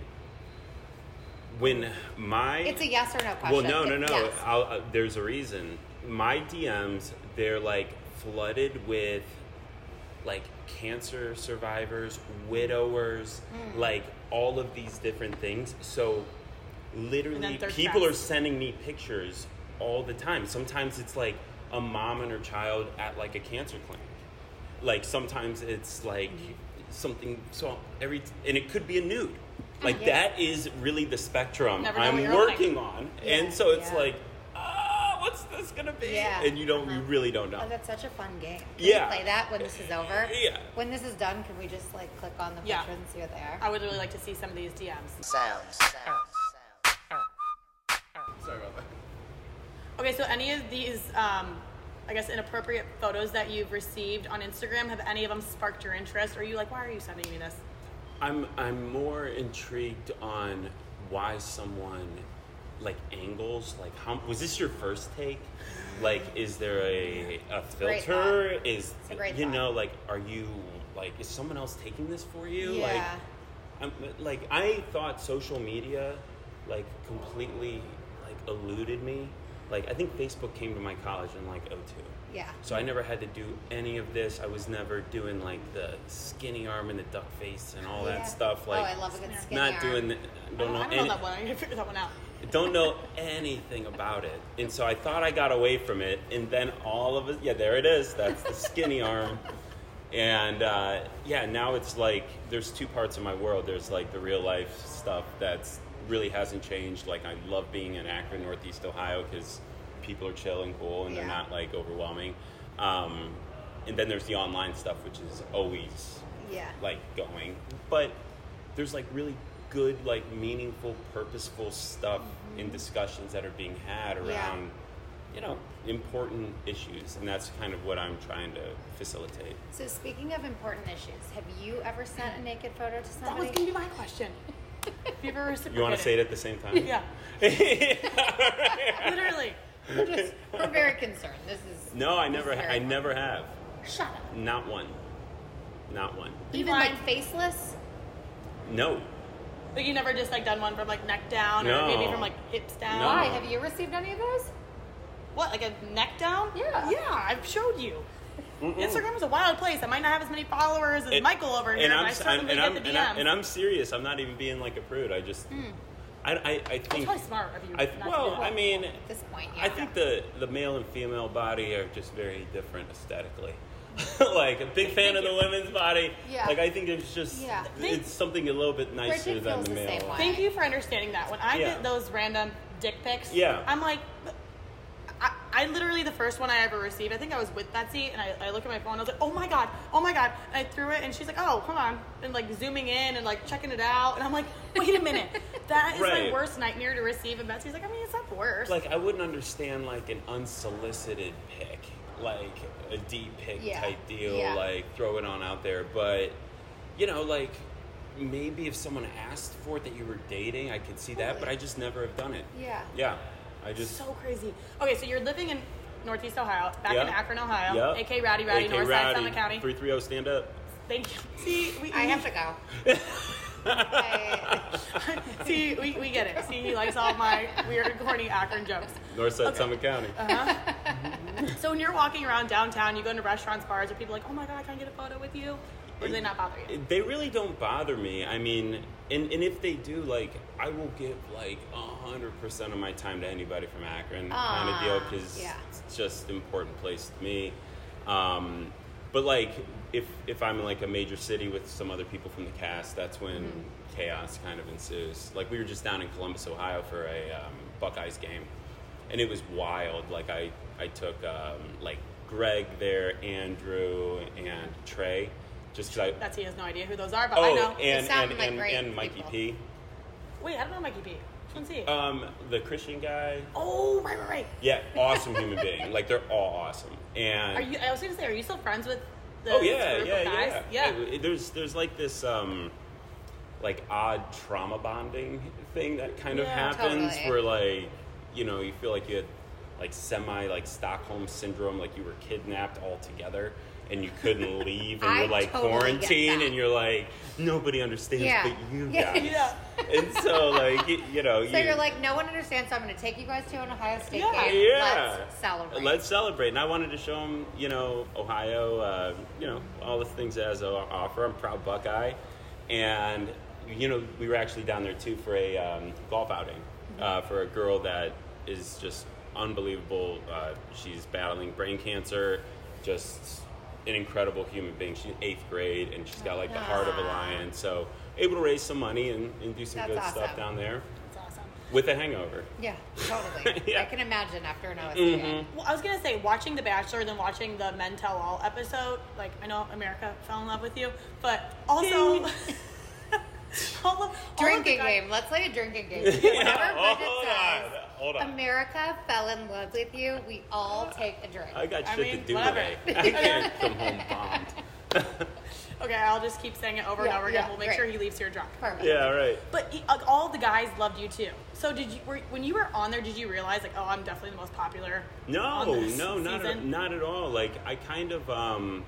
[SPEAKER 6] When my
[SPEAKER 4] It's a yes or no question.
[SPEAKER 6] Well, no, no, no.
[SPEAKER 4] Yes.
[SPEAKER 6] I'll, uh, there's a reason. My DMs, they're like flooded with like cancer survivors, widowers,
[SPEAKER 3] Hmm.
[SPEAKER 6] like all of these different things. So literally,
[SPEAKER 3] And then third
[SPEAKER 6] people are
[SPEAKER 3] class.
[SPEAKER 6] sending me pictures all the time. Sometimes it's like a mom and her child at like a cancer clinic. Like sometimes it's like
[SPEAKER 3] Hmm.
[SPEAKER 6] something. So every and it could be a nude. Like
[SPEAKER 4] Yeah.
[SPEAKER 6] that is really the spectrum
[SPEAKER 3] Never know what
[SPEAKER 6] I'm
[SPEAKER 3] you're looking.
[SPEAKER 6] working on,
[SPEAKER 4] Yeah,
[SPEAKER 6] and so it's
[SPEAKER 4] yeah.
[SPEAKER 6] like, ah, what's this gonna be?
[SPEAKER 4] Yeah.
[SPEAKER 6] And you don't, you
[SPEAKER 4] Uh-huh.
[SPEAKER 6] really don't know.
[SPEAKER 4] Oh, that's such a fun game. Can
[SPEAKER 6] Yeah.
[SPEAKER 4] We play that when this is over.
[SPEAKER 6] Yeah.
[SPEAKER 4] When this is done, can we just like click on the pictures
[SPEAKER 3] Yeah.
[SPEAKER 4] and see what they are?
[SPEAKER 3] I would really like to see some of these DMs.
[SPEAKER 1] sounds, sounds, sounds.
[SPEAKER 6] Sorry about that.
[SPEAKER 3] Okay, so any of these, um, I guess, inappropriate photos that you've received on Instagram, have any of them sparked your interest? Or are you like, why are you sending me this?
[SPEAKER 6] I'm, I'm more intrigued on why someone like angles like how was this your first take like is there a, a
[SPEAKER 4] great
[SPEAKER 6] filter is
[SPEAKER 4] a great
[SPEAKER 6] you
[SPEAKER 4] thought.
[SPEAKER 6] know like are you like is someone else taking this for you like
[SPEAKER 4] Yeah.
[SPEAKER 6] I'm, like I thought social media like completely like eluded me. Like I think Facebook came to my college in like 02.
[SPEAKER 4] Yeah.
[SPEAKER 6] So I never had to do any of this. I was never doing like the skinny arm and the duck face and all
[SPEAKER 4] Yeah.
[SPEAKER 6] that stuff. Like
[SPEAKER 4] oh, I love a good skinny
[SPEAKER 6] not
[SPEAKER 4] arm.
[SPEAKER 6] doing. The, don't know.
[SPEAKER 3] I don't know
[SPEAKER 6] any-
[SPEAKER 3] that one. I'm gonna figure that one out.
[SPEAKER 6] don't know anything about it. And so I thought I got away from it, and then all of it, yeah, there it is. That's the skinny arm. And uh, yeah, now it's like there's two parts of my world. There's like the real life stuff that's really hasn't changed. Like I love being in Akron, Northeast Ohio, because people are chill and cool, and
[SPEAKER 4] Yeah.
[SPEAKER 6] they're not like overwhelming. Um, and then there's the online stuff, which is always
[SPEAKER 4] Yeah.
[SPEAKER 6] like going. But there's like really good, like meaningful, purposeful stuff
[SPEAKER 3] Mm-hmm.
[SPEAKER 6] in discussions that are being had around, you know, important issues, and that's kind of what I'm trying to facilitate.
[SPEAKER 4] so speaking of important issues, have you ever sent a naked photo to
[SPEAKER 3] That was
[SPEAKER 4] somebody?
[SPEAKER 3] gonna be my question. Have you ever
[SPEAKER 6] You want to say it at the same time?
[SPEAKER 3] Yeah. Literally.
[SPEAKER 4] Just- We're very concerned. This is
[SPEAKER 6] No, I
[SPEAKER 4] this
[SPEAKER 6] never.
[SPEAKER 4] is very
[SPEAKER 6] I
[SPEAKER 4] fun.
[SPEAKER 6] never have.
[SPEAKER 4] Shut up.
[SPEAKER 6] Not one. Not one.
[SPEAKER 4] Even
[SPEAKER 3] Elon.
[SPEAKER 4] like faceless.
[SPEAKER 6] No.
[SPEAKER 3] Like you never just like done one from like neck down or
[SPEAKER 6] No.
[SPEAKER 3] maybe from like hips down.
[SPEAKER 6] No.
[SPEAKER 4] Why? Have you received any of those?
[SPEAKER 3] What, like a neck down?
[SPEAKER 4] Yeah.
[SPEAKER 3] Yeah, I've showed you. Instagram is a wild place. I might not have as many followers as Michael over here, but I
[SPEAKER 6] s-
[SPEAKER 3] certainly
[SPEAKER 6] and
[SPEAKER 3] get
[SPEAKER 6] I'm,
[SPEAKER 3] the Hmm. DMs.
[SPEAKER 6] and, I'm, and I'm serious. I'm not even being like a prude. I just, I, I, I think.
[SPEAKER 3] probably smart of you
[SPEAKER 6] I,
[SPEAKER 3] not to do
[SPEAKER 6] well,
[SPEAKER 3] that.
[SPEAKER 6] I mean,
[SPEAKER 4] At this point, yeah.
[SPEAKER 6] I think the the male and female body are just very different aesthetically. like a big fan of the women's body.
[SPEAKER 4] Yeah.
[SPEAKER 6] Like I think there's just
[SPEAKER 4] Yeah.
[SPEAKER 6] it's something a little bit nicer
[SPEAKER 4] Bridget
[SPEAKER 6] than
[SPEAKER 4] feels
[SPEAKER 6] the
[SPEAKER 4] the
[SPEAKER 6] male.
[SPEAKER 4] same
[SPEAKER 6] one.
[SPEAKER 4] way.
[SPEAKER 3] Thank you for understanding that. When I
[SPEAKER 6] Yeah.
[SPEAKER 3] get those random dick pics,
[SPEAKER 6] Yeah.
[SPEAKER 3] I'm like, I, I literally the first one I ever received. I think I was with Betsy, and I, I look at my phone. And I was like, "Oh my god, oh my god!" And I threw it, and she's like, "Oh, hold on," and like zooming in and like checking it out, and I'm like, "Wait a minute, that is my
[SPEAKER 6] Right.
[SPEAKER 3] worst nightmare to receive." And Betsy's like, "I mean, it's not the worst."
[SPEAKER 6] Like I wouldn't understand like an unsolicited pick, like a D pick
[SPEAKER 4] Yeah.
[SPEAKER 6] type deal,
[SPEAKER 4] Yeah.
[SPEAKER 6] like throw it on out there. But you know, like maybe if someone asked for it that you were dating, I could see that. But I just never have done it.
[SPEAKER 4] Yeah.
[SPEAKER 6] Yeah. I just
[SPEAKER 3] so crazy. Okay, so you're living in Northeast Ohio, back in
[SPEAKER 6] Yeah.
[SPEAKER 3] Akron, Ohio,
[SPEAKER 6] Yeah.
[SPEAKER 3] AK Rowdy Rowdy,
[SPEAKER 6] AK
[SPEAKER 3] North Side,
[SPEAKER 6] Rowdy,
[SPEAKER 3] Summit County.
[SPEAKER 6] Three three zero stand up.
[SPEAKER 3] Thank you. See, we,
[SPEAKER 4] I
[SPEAKER 3] we-
[SPEAKER 4] have to go. I,
[SPEAKER 3] See, we, we get it. See, he likes all my weird, corny Akron jokes.
[SPEAKER 6] North Side Summit County.
[SPEAKER 3] So when you're walking around downtown, you go into restaurants, bars, are people like, oh my god, can I get a photo with you? Or do they not bother you?
[SPEAKER 6] They really don't bother me. I mean, and, and if they do, like, I will give like a hundred percent of my time to anybody from Akron on
[SPEAKER 4] Ah,
[SPEAKER 6] a deal because
[SPEAKER 4] yeah.
[SPEAKER 6] it's just an important place to me. Um, but like, if if I'm in like a major city with some other people from the cast, that's when chaos kind of ensues. Like we were just down in Columbus, Ohio, for a um, Buckeyes game, and it was wild. Like I I took um, like Greg there, Andrew, and Trey. Just 'cause I,
[SPEAKER 3] That's he has no idea who those are, but I
[SPEAKER 6] Oh,
[SPEAKER 3] know.
[SPEAKER 6] and and,
[SPEAKER 4] sound like
[SPEAKER 6] and,
[SPEAKER 4] great
[SPEAKER 6] and Mikey
[SPEAKER 4] people.
[SPEAKER 6] P.
[SPEAKER 3] Wait, I don't know Mikey P. Which one's he?
[SPEAKER 6] Um, the Christian guy.
[SPEAKER 3] oh, right, right, right.
[SPEAKER 6] Yeah, awesome human being. Like they're all awesome. And
[SPEAKER 3] Are you? I was gonna say, are you still friends with the
[SPEAKER 6] oh yeah,
[SPEAKER 3] group
[SPEAKER 6] yeah,
[SPEAKER 3] of guys?
[SPEAKER 6] yeah, It- it- there's there's like this um, like odd trauma bonding thing that kind of
[SPEAKER 3] Yeah.
[SPEAKER 6] happens
[SPEAKER 4] Totally.
[SPEAKER 6] where like you know you feel like you had like semi like Stockholm syndrome, like you were kidnapped all together. And you couldn't leave, and
[SPEAKER 4] I
[SPEAKER 6] you're like
[SPEAKER 4] totally get
[SPEAKER 6] quarantined,
[SPEAKER 4] that.
[SPEAKER 6] and you're like nobody understands
[SPEAKER 4] Yeah.
[SPEAKER 6] but you
[SPEAKER 4] Yeah.
[SPEAKER 6] guys.
[SPEAKER 3] Yeah.
[SPEAKER 6] And so like you, you know,
[SPEAKER 4] so
[SPEAKER 6] you,
[SPEAKER 4] you're like, no one understands, so I'm going to take you guys to an Ohio State
[SPEAKER 3] Yeah.
[SPEAKER 4] game.
[SPEAKER 6] Yeah.
[SPEAKER 4] Let's celebrate.
[SPEAKER 6] Let's celebrate. And I wanted to show them, you know, Ohio, uh, you know, all the things as a offer. I'm a proud Buckeye. And, you know, we were actually down there too for a um, golf outing
[SPEAKER 4] Mm-hmm.
[SPEAKER 6] uh, for a girl that is just unbelievable. Uh, she's battling brain cancer, just an incredible human being. She's in eighth grade and she's got like the heart of a lion. So, able to raise some money and, and do some
[SPEAKER 4] That's
[SPEAKER 6] good
[SPEAKER 4] awesome.
[SPEAKER 6] stuff down there
[SPEAKER 3] That's awesome.
[SPEAKER 6] with a hangover.
[SPEAKER 4] yeah, totally.
[SPEAKER 6] Yeah. Mm-hmm.
[SPEAKER 4] I can imagine after an OSU game.
[SPEAKER 3] Well, I was gonna say watching The Bachelor and then watching the Men Tell All episode. Like, I know America fell in love with you, but also all of,
[SPEAKER 4] Drinking
[SPEAKER 3] all of the guys-
[SPEAKER 4] game. Let's play a drinking game. Whatever Bridget
[SPEAKER 6] Oh, hold
[SPEAKER 4] says.
[SPEAKER 6] on. Hold on.
[SPEAKER 4] America fell in love with you. We all take a drink.
[SPEAKER 6] I got
[SPEAKER 3] I
[SPEAKER 6] shit
[SPEAKER 3] mean,
[SPEAKER 6] to do
[SPEAKER 3] whatever.
[SPEAKER 6] today. I can't come home bombed.
[SPEAKER 3] Okay, I'll just keep saying it over
[SPEAKER 4] Yeah,
[SPEAKER 3] and over again.
[SPEAKER 4] yeah,
[SPEAKER 3] we'll make
[SPEAKER 4] great.
[SPEAKER 3] sure he leaves here drunk.
[SPEAKER 4] Perfect.
[SPEAKER 6] Yeah, right.
[SPEAKER 3] But he- like, all the guys loved you too. So did you? Were, when you were on there, did you realize like, oh, I'm definitely the most popular? on
[SPEAKER 6] No,
[SPEAKER 3] this
[SPEAKER 6] no, not at,
[SPEAKER 3] season?
[SPEAKER 6] not at all. Like I kind of um,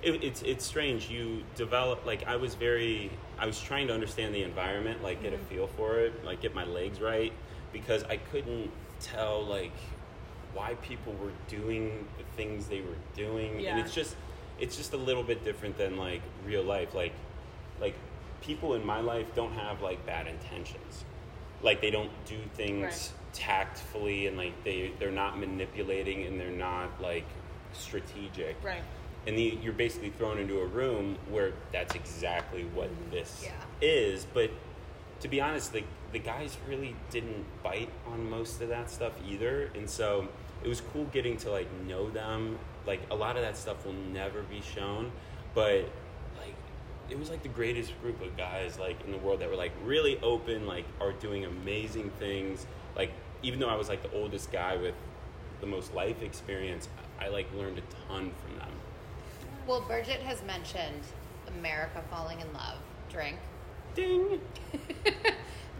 [SPEAKER 6] it, it's it's strange. You develop like I was very I was trying to understand the environment, like get a feel for it, like get my legs right because I couldn't tell like why people were doing the things they were doing, and
[SPEAKER 3] Yeah.
[SPEAKER 6] it's just it's just a little bit different than like real life. Like like people in my life don't have like bad intentions. Like they don't do things
[SPEAKER 3] Right.
[SPEAKER 6] tactfully and like they they're not manipulating and they're not like strategic
[SPEAKER 3] Right.
[SPEAKER 6] and the, you're basically thrown into a room where that's exactly what this
[SPEAKER 4] Yeah.
[SPEAKER 6] is but to be honest the, the guys really didn't bite on most of that stuff either and so it was cool getting to like know them like a lot of that stuff will never be shown but like it was like the greatest group of guys like in the world that were like really open like are doing amazing things like even though i was like the oldest guy with the most life experience i like learned a ton from them
[SPEAKER 4] Well, Bridget has mentioned America falling in love, drink.
[SPEAKER 6] ding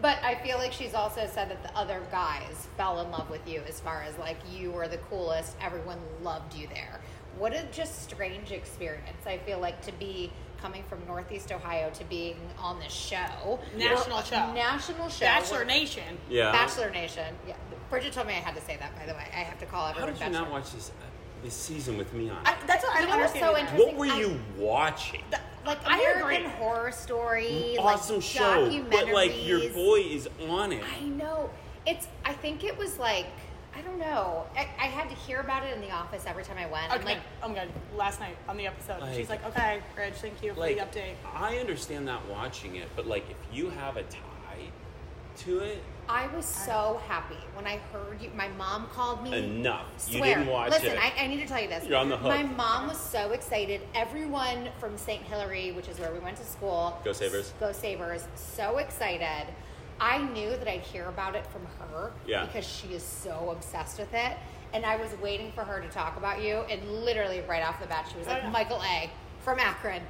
[SPEAKER 4] But I feel like she's also said that the other guys fell in love with you as far as like you were the coolest, everyone loved you there. What a just strange experience. I feel like to be coming from Northeast Ohio to being on this show.
[SPEAKER 3] National
[SPEAKER 4] Well,
[SPEAKER 3] show.
[SPEAKER 4] National show.
[SPEAKER 3] Bachelor
[SPEAKER 4] We're-
[SPEAKER 3] Nation.
[SPEAKER 6] yeah
[SPEAKER 4] Bachelor Nation. Yeah. Bridget told me I had to say that, by the way. I have to call
[SPEAKER 6] how
[SPEAKER 4] everyone
[SPEAKER 6] did you
[SPEAKER 4] Bachelor.
[SPEAKER 6] not watch this uh, this season with me on
[SPEAKER 3] I, that's what I
[SPEAKER 4] You
[SPEAKER 3] don't
[SPEAKER 4] know what's
[SPEAKER 3] understand.
[SPEAKER 4] so
[SPEAKER 3] either.
[SPEAKER 4] interesting?
[SPEAKER 6] what were
[SPEAKER 4] I-
[SPEAKER 6] you watching
[SPEAKER 3] That-
[SPEAKER 4] like
[SPEAKER 3] I
[SPEAKER 4] American
[SPEAKER 3] agree.
[SPEAKER 4] Horror Story,
[SPEAKER 6] Mm-hmm. awesome
[SPEAKER 4] like
[SPEAKER 6] show but like your
[SPEAKER 4] documentaries.
[SPEAKER 6] boy is on it
[SPEAKER 4] I know. It's. I think it was like. I don't know. I, I had to hear about it in the office every time I went.
[SPEAKER 3] Okay.
[SPEAKER 4] I'm like,
[SPEAKER 3] oh my god! Last night on the episode, she's
[SPEAKER 6] Like-
[SPEAKER 3] like, "Okay, Reg, thank you
[SPEAKER 6] like
[SPEAKER 3] for the update."
[SPEAKER 6] i understand not watching it but like if you have a tie to it
[SPEAKER 4] I was so happy when I heard you. My mom called me.
[SPEAKER 6] Enough. You
[SPEAKER 4] Swear.
[SPEAKER 6] didn't watch
[SPEAKER 4] Listen,
[SPEAKER 6] it.
[SPEAKER 4] I, I need to tell you this.
[SPEAKER 6] You're on the hook.
[SPEAKER 4] My mom was so excited. Everyone from St. Hilary, which is where we went to school.
[SPEAKER 6] Go Sabres.
[SPEAKER 4] Go Sabres. So excited. I knew that I'd hear about it from her
[SPEAKER 6] Yeah.
[SPEAKER 4] because she is so obsessed with it. And I was waiting for her to talk about you. And literally right off the bat, she was like,
[SPEAKER 3] yeah.
[SPEAKER 4] Michael A. from Akron.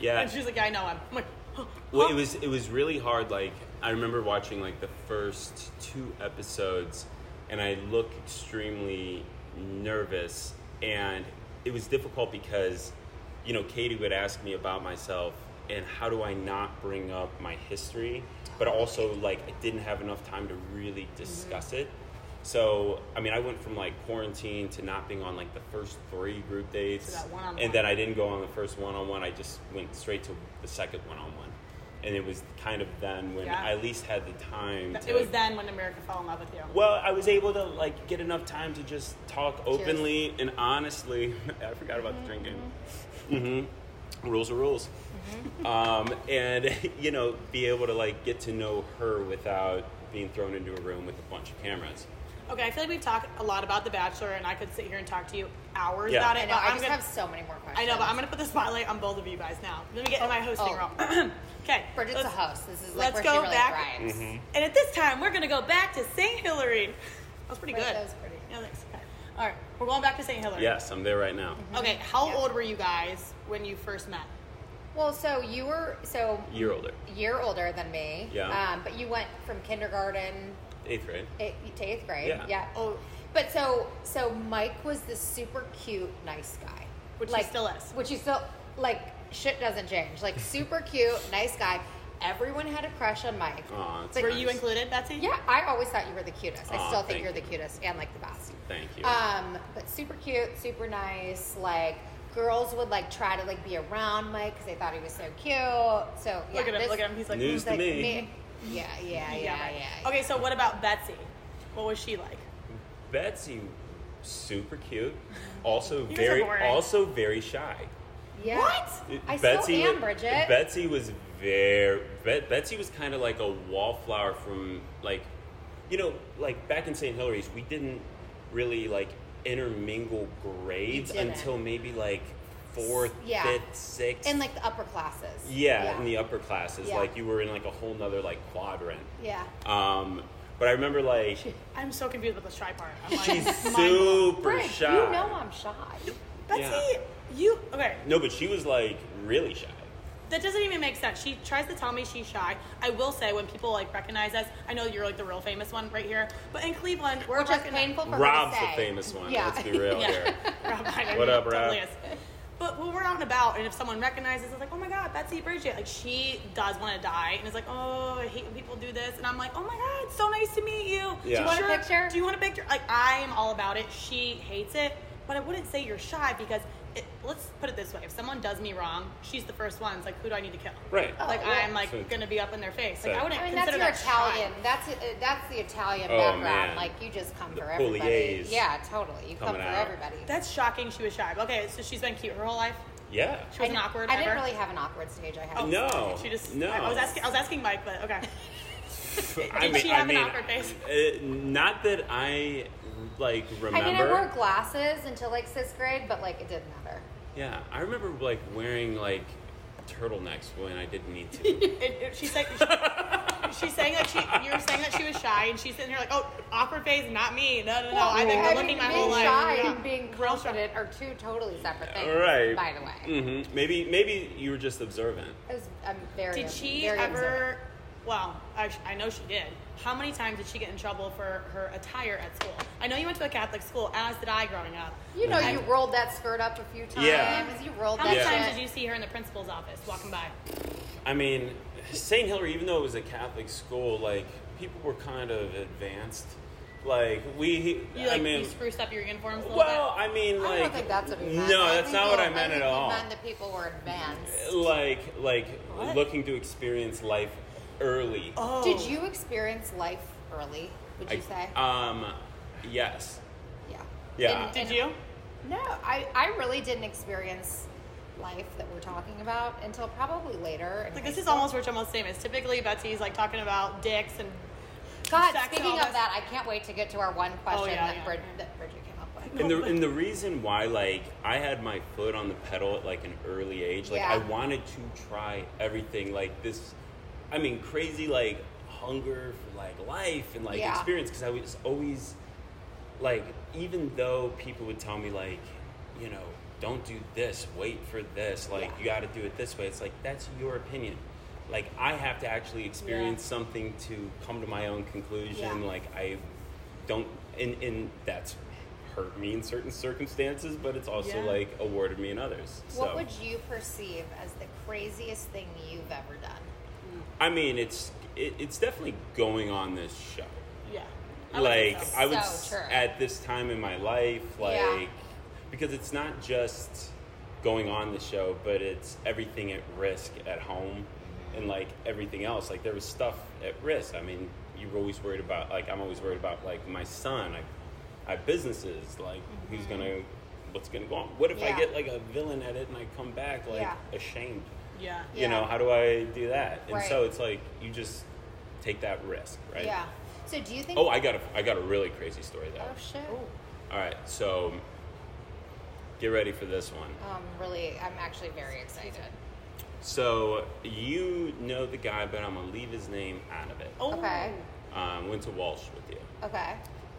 [SPEAKER 6] yeah.
[SPEAKER 3] And she's like, yeah, I know him. I'm like, huh,
[SPEAKER 6] Well,
[SPEAKER 3] huh.
[SPEAKER 6] it was it was really hard. Like I remember watching like the first two episodes, and I look extremely nervous, and it was difficult because, you know, Katie would ask me about myself and how do I not bring up my history, but also like I didn't have enough time to really discuss it. So I mean, I went from like quarantine to not being on like the first three group dates,
[SPEAKER 3] that one-on-one.
[SPEAKER 6] and then I didn't go on the first one on one. I just went straight to the second one on one, and it was kind of then when
[SPEAKER 3] Yeah.
[SPEAKER 6] I at least had the time. To,
[SPEAKER 3] It was then when America fell in love with you.
[SPEAKER 6] Well, I was able to like get enough time to just talk openly and honestly. I forgot about the drinking.
[SPEAKER 3] Mm-hmm.
[SPEAKER 6] hmm Rules are rules, um, and you know, be able to like get to know her without being thrown into a room with a bunch of cameras.
[SPEAKER 3] Okay, I feel like we've talked a lot about The Bachelor, and I could sit here and talk to you hours
[SPEAKER 6] Yeah.
[SPEAKER 3] about it.
[SPEAKER 4] I know.
[SPEAKER 3] but
[SPEAKER 4] I
[SPEAKER 3] I'm
[SPEAKER 4] just
[SPEAKER 3] gonna-
[SPEAKER 4] have so many more questions.
[SPEAKER 3] I know, but I'm gonna put the spotlight on both of you guys now. Let me get in my hosting
[SPEAKER 4] oh.
[SPEAKER 3] role. okay,
[SPEAKER 4] Bridget's
[SPEAKER 3] let's-
[SPEAKER 4] a host. This is like
[SPEAKER 3] let's
[SPEAKER 4] where
[SPEAKER 3] go
[SPEAKER 4] she really
[SPEAKER 3] back.
[SPEAKER 6] Mm-hmm.
[SPEAKER 4] thrives.
[SPEAKER 3] And at this time, we're gonna go back to St. Hilary. That was pretty
[SPEAKER 4] Right,
[SPEAKER 3] good.
[SPEAKER 4] that was pretty.
[SPEAKER 3] Yeah, thanks. Okay. All right, Mm-hmm. we're going back to St. Hilary.
[SPEAKER 6] Yes, I'm there right now.
[SPEAKER 3] Okay, how
[SPEAKER 4] Yeah.
[SPEAKER 3] old were you guys when you first met?
[SPEAKER 4] Well, so you were so
[SPEAKER 6] Year older,
[SPEAKER 4] year older than me.
[SPEAKER 6] Yeah.
[SPEAKER 4] Um, but you went from kindergarten
[SPEAKER 6] eighth grade.
[SPEAKER 4] eight, to eighth grade.
[SPEAKER 6] Yeah.
[SPEAKER 3] Oh.
[SPEAKER 4] But so so Mike was this super cute, nice guy,
[SPEAKER 3] Which he
[SPEAKER 4] like,
[SPEAKER 3] still is.
[SPEAKER 4] Which he still like shit doesn't change. Like super cute, nice guy. Everyone had a crush on Mike.
[SPEAKER 6] Aw, that's
[SPEAKER 4] But-
[SPEAKER 3] Were
[SPEAKER 6] nice.
[SPEAKER 3] you included, Betsy?
[SPEAKER 4] Yeah, I always thought you were the cutest. I
[SPEAKER 6] Aw,
[SPEAKER 4] still think
[SPEAKER 6] thank
[SPEAKER 4] you're the
[SPEAKER 6] you.
[SPEAKER 4] cutest and like the best.
[SPEAKER 6] Thank you.
[SPEAKER 4] Um, but super cute, super nice. Like girls would like try to like be around Mike because they thought he was so cute. So yeah,
[SPEAKER 3] Look at him.
[SPEAKER 4] this-
[SPEAKER 3] Look at him. He's like,
[SPEAKER 6] News
[SPEAKER 3] mm,
[SPEAKER 6] to me.
[SPEAKER 4] Yeah, yeah, yeah,
[SPEAKER 3] yeah,
[SPEAKER 4] yeah.
[SPEAKER 3] right.
[SPEAKER 4] yeah.
[SPEAKER 3] Okay, so what about Betsy? What was she like?
[SPEAKER 6] Betsy, super cute, also
[SPEAKER 3] You guys are
[SPEAKER 6] very,
[SPEAKER 3] boring.
[SPEAKER 6] also very shy.
[SPEAKER 4] Yeah.
[SPEAKER 3] What?
[SPEAKER 4] I
[SPEAKER 6] Betsy
[SPEAKER 4] still am,
[SPEAKER 6] wa-
[SPEAKER 4] Bridget.
[SPEAKER 6] Betsy was very. Bet, Betsy was kind of like a wallflower from like, you know, like back in St. Hilary's, we didn't really like intermingle grades
[SPEAKER 4] didn't.
[SPEAKER 6] until maybe like fourth,
[SPEAKER 4] yeah.
[SPEAKER 6] fifth, sixth,
[SPEAKER 4] in like the upper classes.
[SPEAKER 6] yeah, in the upper classes.
[SPEAKER 4] Yeah.
[SPEAKER 6] Like you were in like a whole nother like quadrant.
[SPEAKER 4] Yeah.
[SPEAKER 6] Um, but I remember like
[SPEAKER 3] I'm so confused about the shy part. I'm like,
[SPEAKER 6] she's
[SPEAKER 3] mind blown.
[SPEAKER 6] super
[SPEAKER 4] Bridget,
[SPEAKER 6] shy.
[SPEAKER 4] You know I'm shy.
[SPEAKER 3] Betsy,
[SPEAKER 6] Yeah.
[SPEAKER 3] you okay?
[SPEAKER 6] No, but she was like really shy.
[SPEAKER 3] That doesn't even make sense. She tries to tell me she's shy. I will say when people like recognize us, I know you're like the real famous one right here, but in Cleveland, we're
[SPEAKER 4] Which is
[SPEAKER 3] recogni-
[SPEAKER 4] painful for her to
[SPEAKER 6] Rob's the
[SPEAKER 4] say.
[SPEAKER 6] famous one.
[SPEAKER 4] Yeah.
[SPEAKER 6] Let's be real here.
[SPEAKER 3] Rob, I know
[SPEAKER 6] What
[SPEAKER 3] you
[SPEAKER 6] up, Rob?
[SPEAKER 3] totally is. But when we're out and about, and if someone recognizes, it's like, oh my god, Betsy Bridget, like she does want to die, and it's like, oh, I hate when people do this, and I'm like, oh my god, it's so nice to meet you.
[SPEAKER 6] Yeah. Do you want
[SPEAKER 4] a picture?
[SPEAKER 3] Do you want a picture? Like I am all about it. She hates it, but I wouldn't say you're shy because it, let's put it this way: if someone does me wrong, she's the first one. It's like, who do I need to kill?
[SPEAKER 6] Right.
[SPEAKER 3] Like
[SPEAKER 4] Oh, yeah.
[SPEAKER 3] I'm like
[SPEAKER 6] So-
[SPEAKER 3] gonna be up in their face. Like
[SPEAKER 6] So-
[SPEAKER 3] I wouldn't
[SPEAKER 4] I mean, that's
[SPEAKER 3] consider
[SPEAKER 4] your
[SPEAKER 3] that shy.
[SPEAKER 4] Italian. That's uh, that's the Italian
[SPEAKER 6] Oh,
[SPEAKER 4] background.
[SPEAKER 6] man.
[SPEAKER 4] Like you just come
[SPEAKER 6] The
[SPEAKER 4] for everybody.
[SPEAKER 6] Pugliese
[SPEAKER 4] Yeah, totally. You come
[SPEAKER 6] coming
[SPEAKER 4] for
[SPEAKER 6] out.
[SPEAKER 4] everybody.
[SPEAKER 3] That's shocking. She was shy. Okay, so she's been cute her whole life.
[SPEAKER 6] Yeah.
[SPEAKER 3] She wasn't awkward.
[SPEAKER 4] I didn't
[SPEAKER 3] ever?
[SPEAKER 4] really have an awkward stage. I had.
[SPEAKER 3] Oh,
[SPEAKER 6] No,
[SPEAKER 3] sorry. She just.
[SPEAKER 6] no.
[SPEAKER 3] I was asking. I was asking Mike, but okay. Did
[SPEAKER 6] I mean,
[SPEAKER 3] she
[SPEAKER 6] I
[SPEAKER 3] have
[SPEAKER 6] mean,
[SPEAKER 3] an awkward face?
[SPEAKER 6] uh, not that I like remember.
[SPEAKER 4] I mean, I wore glasses until like sixth grade, but like it didn't matter.
[SPEAKER 6] yeah, I remember like wearing like turtlenecks when I didn't need to.
[SPEAKER 3] It, it, she's like. She's saying that she, you were saying that she was shy, and she's sitting here like, "Oh, awkward phase, not me. No, no, no. I've been
[SPEAKER 4] I
[SPEAKER 3] good looking
[SPEAKER 4] mean,
[SPEAKER 3] my
[SPEAKER 4] being
[SPEAKER 3] whole life.
[SPEAKER 4] shy
[SPEAKER 3] Yeah.
[SPEAKER 4] and being
[SPEAKER 3] Real shy.
[SPEAKER 4] confident are two totally separate things.
[SPEAKER 6] right.
[SPEAKER 4] By the way,
[SPEAKER 6] hmm Maybe maybe you were just observant.
[SPEAKER 4] it was I'm very.
[SPEAKER 3] Did she
[SPEAKER 4] very observant.
[SPEAKER 3] ever? Well, I, sh- I know she did. How many times did she get in trouble for her attire at school? I know you went to a Catholic school, as did I growing up.
[SPEAKER 4] You know, you rolled that skirt up a few times.
[SPEAKER 6] Mm. Yeah.
[SPEAKER 4] You rolled
[SPEAKER 3] How
[SPEAKER 4] that.
[SPEAKER 3] many
[SPEAKER 6] Yeah.
[SPEAKER 3] times
[SPEAKER 4] shit.
[SPEAKER 3] did you see her in the principal's office walking by?
[SPEAKER 6] I mean, St. Hilary, even though it was a Catholic school, like people were kind of advanced. Like we,
[SPEAKER 3] You like
[SPEAKER 6] I mean,
[SPEAKER 3] you spruced up your uniforms a little
[SPEAKER 6] well,
[SPEAKER 3] bit.
[SPEAKER 6] I mean,
[SPEAKER 4] I
[SPEAKER 6] like
[SPEAKER 4] don't think that's what he meant.
[SPEAKER 6] no,
[SPEAKER 4] I
[SPEAKER 6] that's
[SPEAKER 4] think
[SPEAKER 6] not
[SPEAKER 4] he-
[SPEAKER 6] what I meant at
[SPEAKER 4] think he
[SPEAKER 6] all.
[SPEAKER 4] meant that people were advanced.
[SPEAKER 6] like like
[SPEAKER 3] What?
[SPEAKER 6] looking to experience life early.
[SPEAKER 3] Oh.
[SPEAKER 4] Did you experience life early? Would you
[SPEAKER 6] I-
[SPEAKER 4] say?
[SPEAKER 6] Um, yes.
[SPEAKER 4] yeah.
[SPEAKER 6] Yeah.
[SPEAKER 3] Did you?
[SPEAKER 4] No, I, I really didn't experience life that we're talking about until probably later. in
[SPEAKER 3] Like
[SPEAKER 4] high
[SPEAKER 3] this is
[SPEAKER 4] school.
[SPEAKER 3] almost rich, almost famous. Typically, Betsy's like talking about dicks and
[SPEAKER 4] God,
[SPEAKER 3] Sex
[SPEAKER 4] speaking of
[SPEAKER 3] almost. Oh,
[SPEAKER 4] that, I can't wait to get to our one question
[SPEAKER 3] yeah,
[SPEAKER 4] that,
[SPEAKER 3] yeah.
[SPEAKER 4] Brid- that Bridget came up with.
[SPEAKER 6] And the and the reason why like I had my foot on the pedal at like an early age, like
[SPEAKER 4] Yeah.
[SPEAKER 6] I wanted to try everything, like this, I mean, crazy like hunger for like life and like
[SPEAKER 4] Yeah.
[SPEAKER 6] experience, because I was always like, even though people would tell me like, you know, don't do this, wait for this, like
[SPEAKER 4] Yeah.
[SPEAKER 6] you got to do it this way. It's like that's your opinion. Like I have to actually experience something to come to my own conclusion.
[SPEAKER 4] Yeah.
[SPEAKER 6] Like I don't, and and that's hurt me in certain circumstances, but it's also
[SPEAKER 3] Yeah.
[SPEAKER 6] like awarded me in others.
[SPEAKER 4] What
[SPEAKER 6] so
[SPEAKER 4] would you perceive as the craziest thing you've ever done?
[SPEAKER 6] I mean, it's it, it's definitely going on this show.
[SPEAKER 3] Yeah. would
[SPEAKER 6] like
[SPEAKER 3] think so.
[SPEAKER 6] I would s
[SPEAKER 4] So true.
[SPEAKER 6] at this time in my life, like
[SPEAKER 4] Yeah.
[SPEAKER 6] because it's not just going on the show, but it's everything at risk at home and like everything else. Like there was stuff at risk. I mean, you were always worried about like I'm always worried about like my son. I, I have businesses like who's gonna what's gonna go on. What if I
[SPEAKER 4] Mm-hmm. Yeah.
[SPEAKER 6] get like a villain at it and I come back like
[SPEAKER 4] Yeah.
[SPEAKER 6] ashamed?
[SPEAKER 3] yeah.
[SPEAKER 4] Yeah.
[SPEAKER 6] You know, how do I do that? And so
[SPEAKER 4] Right.
[SPEAKER 6] it's like you just take that risk, right?
[SPEAKER 4] Yeah. So do you think?
[SPEAKER 6] Oh, I got a, I got a really crazy story
[SPEAKER 4] Oh,
[SPEAKER 6] though.
[SPEAKER 4] shit.
[SPEAKER 6] All right, so get ready for this one.
[SPEAKER 4] Um, really, I'm actually very excited.
[SPEAKER 6] So you know the guy, but I'm gonna leave his name out of it.
[SPEAKER 3] Oh.
[SPEAKER 4] Okay.
[SPEAKER 6] Um, went to Walsh with you.
[SPEAKER 4] Okay.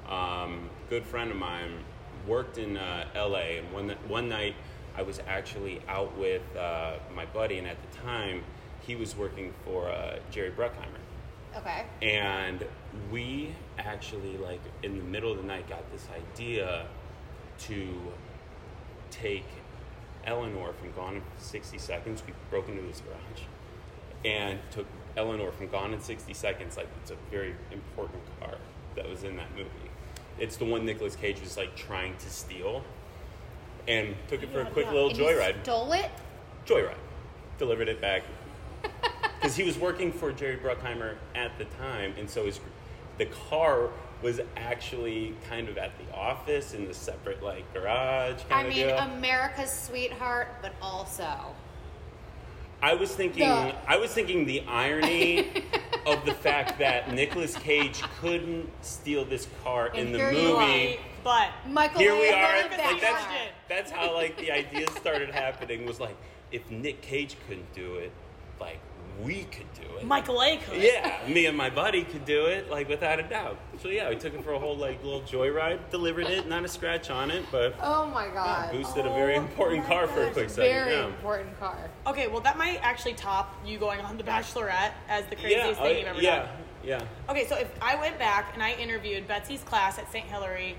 [SPEAKER 6] Um, good friend of mine worked in uh, L.A. and one one night I was actually out with uh, my buddy, and at the time he was working for uh, Jerry Bruckheimer.
[SPEAKER 4] Okay.
[SPEAKER 6] and we actually like in the middle of the night got this idea to take Eleanor from Gone in 60 Seconds. We broke into this garage and took Eleanor from Gone in 60 Seconds. Like it's a very important car that was in that movie. It's the one Nicolas Cage was like trying to steal, and took it for a quick little
[SPEAKER 4] And you
[SPEAKER 6] joyride.
[SPEAKER 4] Stole it.
[SPEAKER 6] Joyride. Delivered it back. Because he was working for Jerry Bruckheimer at the time, and so his, the car was actually kind of at the office in the separate like garage kind
[SPEAKER 4] I
[SPEAKER 6] of
[SPEAKER 4] mean, um,
[SPEAKER 6] deal.
[SPEAKER 4] America's sweetheart, but also
[SPEAKER 6] I was thinking,
[SPEAKER 4] the-
[SPEAKER 6] I was thinking the irony of the fact that Nicolas Cage couldn't steal this car in
[SPEAKER 4] And
[SPEAKER 6] the
[SPEAKER 4] here you
[SPEAKER 6] movie.
[SPEAKER 3] But
[SPEAKER 4] Michael.
[SPEAKER 6] Here we
[SPEAKER 4] Leonardo
[SPEAKER 6] are.
[SPEAKER 3] Look at
[SPEAKER 6] Like,
[SPEAKER 3] that
[SPEAKER 6] that's,
[SPEAKER 4] Bachelor.
[SPEAKER 3] shit.
[SPEAKER 6] that's how like the idea started happening. Was like, if Nick Cage couldn't do it, like we could do it.
[SPEAKER 3] Michael A. could.
[SPEAKER 6] Yeah, me and my buddy could do it, like without a doubt. So yeah, we took it for a whole like little joyride, delivered it, not a scratch on it, but
[SPEAKER 4] Oh my god.
[SPEAKER 6] boosted a very important car for a quick second.
[SPEAKER 4] Very
[SPEAKER 6] yeah.
[SPEAKER 4] important car.
[SPEAKER 3] Okay, well, that might actually top you going on The Bachelorette as the craziest
[SPEAKER 6] yeah,
[SPEAKER 3] thing
[SPEAKER 6] oh,
[SPEAKER 3] you've ever
[SPEAKER 6] yeah,
[SPEAKER 3] done.
[SPEAKER 6] yeah.
[SPEAKER 3] Okay, so if I went back and I interviewed Betsy's class at St. Hilary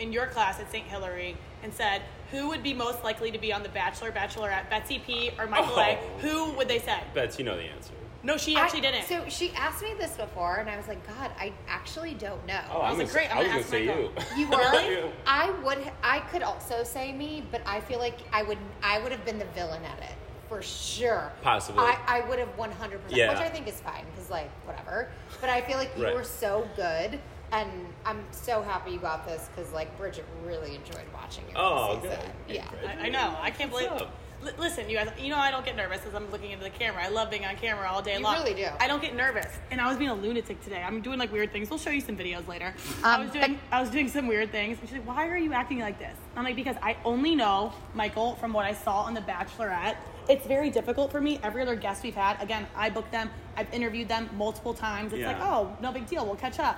[SPEAKER 3] in your class at St. Hilary and said, who would be most likely to be on The Bachelor, Bachelorette, Betsy P or Michael A,
[SPEAKER 6] Oh.
[SPEAKER 3] who would they say?
[SPEAKER 6] Bets, you know the answer.
[SPEAKER 3] No, she actually
[SPEAKER 4] I-
[SPEAKER 3] didn't.
[SPEAKER 4] So she asked me this before, and I was like, God, I actually don't know.
[SPEAKER 6] Oh, I'm
[SPEAKER 3] was
[SPEAKER 6] gonna
[SPEAKER 3] like, great,
[SPEAKER 6] say,
[SPEAKER 3] I'm
[SPEAKER 6] I was
[SPEAKER 3] gonna
[SPEAKER 6] gonna
[SPEAKER 3] ask
[SPEAKER 6] say
[SPEAKER 3] Michael.
[SPEAKER 6] you.
[SPEAKER 4] You
[SPEAKER 6] Yeah.
[SPEAKER 4] were. I would. I could also say me, but I feel like I would. I would have been the villain at it for sure.
[SPEAKER 6] Possibly.
[SPEAKER 4] I, I would have one hundred percent,
[SPEAKER 6] Yeah.
[SPEAKER 4] which I think is fine because like whatever. But I feel like you
[SPEAKER 6] Right.
[SPEAKER 4] were so good, and I'm so happy you got this because like Bridget really enjoyed watching you.
[SPEAKER 6] Oh,
[SPEAKER 4] season.
[SPEAKER 6] good.
[SPEAKER 4] Yeah.
[SPEAKER 6] Hey,
[SPEAKER 3] I, I know. I can't believe.
[SPEAKER 6] What's up?
[SPEAKER 3] Li- listen, you guys. You know I don't get nervous as I'm looking into the camera. I love being on camera all day
[SPEAKER 4] You
[SPEAKER 3] long.
[SPEAKER 4] really do.
[SPEAKER 3] I don't get nervous, and I was being a lunatic today. I'm doing like weird things. We'll show you some videos later. I
[SPEAKER 4] Um,
[SPEAKER 3] was doing. I was doing some weird things. And she's like, "Why are you acting like this?" I'm like, "Because I only know Michael from what I saw on The Bachelorette. It's very difficult for me. Every other guest we've had, again, I booked them. I've interviewed them multiple times. It's like,
[SPEAKER 6] Yeah.
[SPEAKER 3] oh, no big deal. We'll catch up."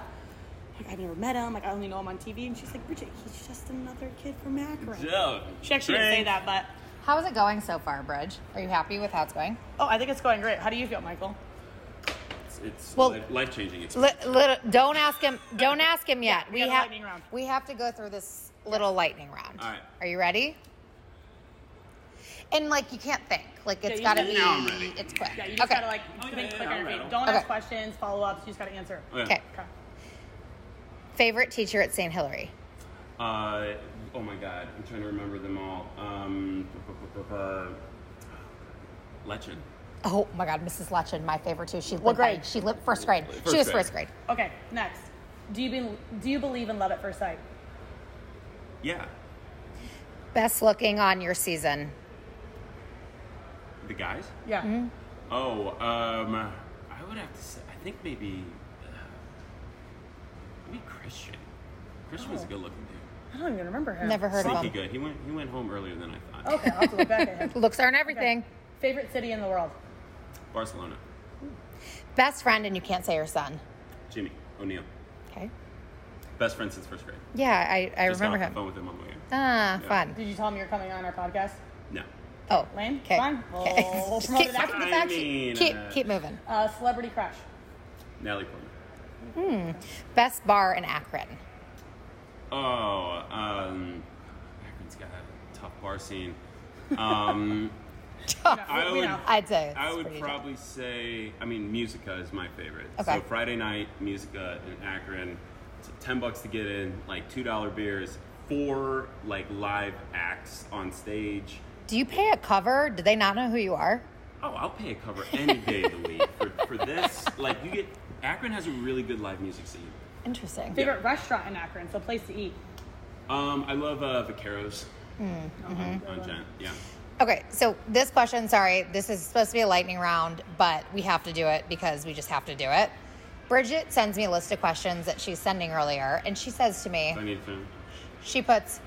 [SPEAKER 3] Like, I've never met him. Like I only know him on TV, and she's like, "Bridget, he's just another kid from Akron."
[SPEAKER 6] Yeah.
[SPEAKER 3] She actually didn't say that, but
[SPEAKER 4] How is it going so far, Bridge? Are you happy with how it's going?
[SPEAKER 3] oh, I think it's going great. How do you feel, Michael?
[SPEAKER 6] It's, it's
[SPEAKER 4] Well-
[SPEAKER 6] life changing. It's
[SPEAKER 4] Li- little, don't ask him. Don't ask him yet.
[SPEAKER 3] we
[SPEAKER 4] we
[SPEAKER 3] got a
[SPEAKER 4] have
[SPEAKER 3] lightning round.
[SPEAKER 4] we have to go through this little lightning round.
[SPEAKER 6] All right.
[SPEAKER 4] Are you ready? And like you can't think. Like it's
[SPEAKER 3] you
[SPEAKER 4] got to
[SPEAKER 3] just-
[SPEAKER 4] be.
[SPEAKER 6] Now I'm ready.
[SPEAKER 4] It's quick.
[SPEAKER 3] Yeah, you just
[SPEAKER 4] okay.
[SPEAKER 3] gotta like think
[SPEAKER 6] yeah,
[SPEAKER 3] quicker.
[SPEAKER 6] yeah,
[SPEAKER 3] Reid.
[SPEAKER 6] yeah.
[SPEAKER 3] Don't ask
[SPEAKER 4] Okay.
[SPEAKER 3] questions, follow ups. You just gotta answer.
[SPEAKER 6] Oh, yeah.
[SPEAKER 4] Okay.
[SPEAKER 3] Okay.
[SPEAKER 4] Favorite teacher at St. Hilary.
[SPEAKER 6] Uh, oh my god, I'm trying to remember them all. Um, Lechen.
[SPEAKER 4] Oh my God, Mrs. Lutchen, my favorite too. She lived
[SPEAKER 3] What grade?
[SPEAKER 4] By, she lived first grade.
[SPEAKER 6] First
[SPEAKER 4] she was
[SPEAKER 6] grade.
[SPEAKER 4] first grade.
[SPEAKER 3] Okay. Next. Do you be, do you believe in love at first sight?
[SPEAKER 6] Yeah,
[SPEAKER 4] Best looking on your season.
[SPEAKER 6] the guys.
[SPEAKER 3] Yeah.
[SPEAKER 6] Oh, um, I would have to say, I think maybe uh, Maybe Christian. Christian was a good looking dude.
[SPEAKER 5] I don't even remember him.
[SPEAKER 4] Never Oh. heard of him.
[SPEAKER 6] Sneaky
[SPEAKER 4] Oh.
[SPEAKER 6] good. He went he went home earlier than I thought.
[SPEAKER 5] Okay, I'll have to look back at him.
[SPEAKER 4] Looks aren't everything.
[SPEAKER 3] Favorite city in the world?
[SPEAKER 6] Barcelona.
[SPEAKER 4] Best friend, and you can't say your son.
[SPEAKER 6] Jimmy O'Neill.
[SPEAKER 4] Okay.
[SPEAKER 6] Best friend since first grade.
[SPEAKER 4] Yeah, I, I
[SPEAKER 6] Just got
[SPEAKER 4] remember
[SPEAKER 6] off the
[SPEAKER 4] him.
[SPEAKER 6] phone with him on the way in.
[SPEAKER 4] Ah, fun.
[SPEAKER 3] Did you tell him you're coming on our podcast?
[SPEAKER 6] No.
[SPEAKER 4] Oh,
[SPEAKER 3] Lame?
[SPEAKER 4] Okay.
[SPEAKER 3] Fine. We'll- we'll promote
[SPEAKER 4] keep,
[SPEAKER 3] it after
[SPEAKER 6] the
[SPEAKER 4] keep-
[SPEAKER 6] fact.
[SPEAKER 4] keep,
[SPEAKER 6] I mean,
[SPEAKER 4] keep moving.
[SPEAKER 3] Uh, celebrity crush.
[SPEAKER 6] Natalie Portman.
[SPEAKER 4] Best bar in Akron.
[SPEAKER 6] Oh, um, Akron's got a tough bar scene. Um, I
[SPEAKER 3] we
[SPEAKER 6] would,
[SPEAKER 3] know.
[SPEAKER 4] I'd say. It's
[SPEAKER 6] I would
[SPEAKER 4] pretty good.
[SPEAKER 6] probably say, I mean, Musica is my favorite.
[SPEAKER 4] Okay.
[SPEAKER 6] So Friday night, Musica in Akron, it's ten bucks to get in, like two dollar beers, four like live acts on stage.
[SPEAKER 4] Do you pay a cover? Do they not know who you are?
[SPEAKER 6] Oh, I'll pay a cover any day of the week for, for this. Like you get, Akron has a really good live music scene.
[SPEAKER 4] Interesting.
[SPEAKER 3] Favorite restaurant in Akron, so place to eat.
[SPEAKER 6] Um, I love uh, Vaqueros
[SPEAKER 4] Hmm, mm-hmm.
[SPEAKER 6] on, on Gent. Yeah.
[SPEAKER 4] Okay, so this question, sorry, this is supposed to be a lightning round, but we have to do it because we just have to do it. Bridget sends me a list of questions that she's sending earlier, and she says to me,
[SPEAKER 6] So I need to.
[SPEAKER 4] she puts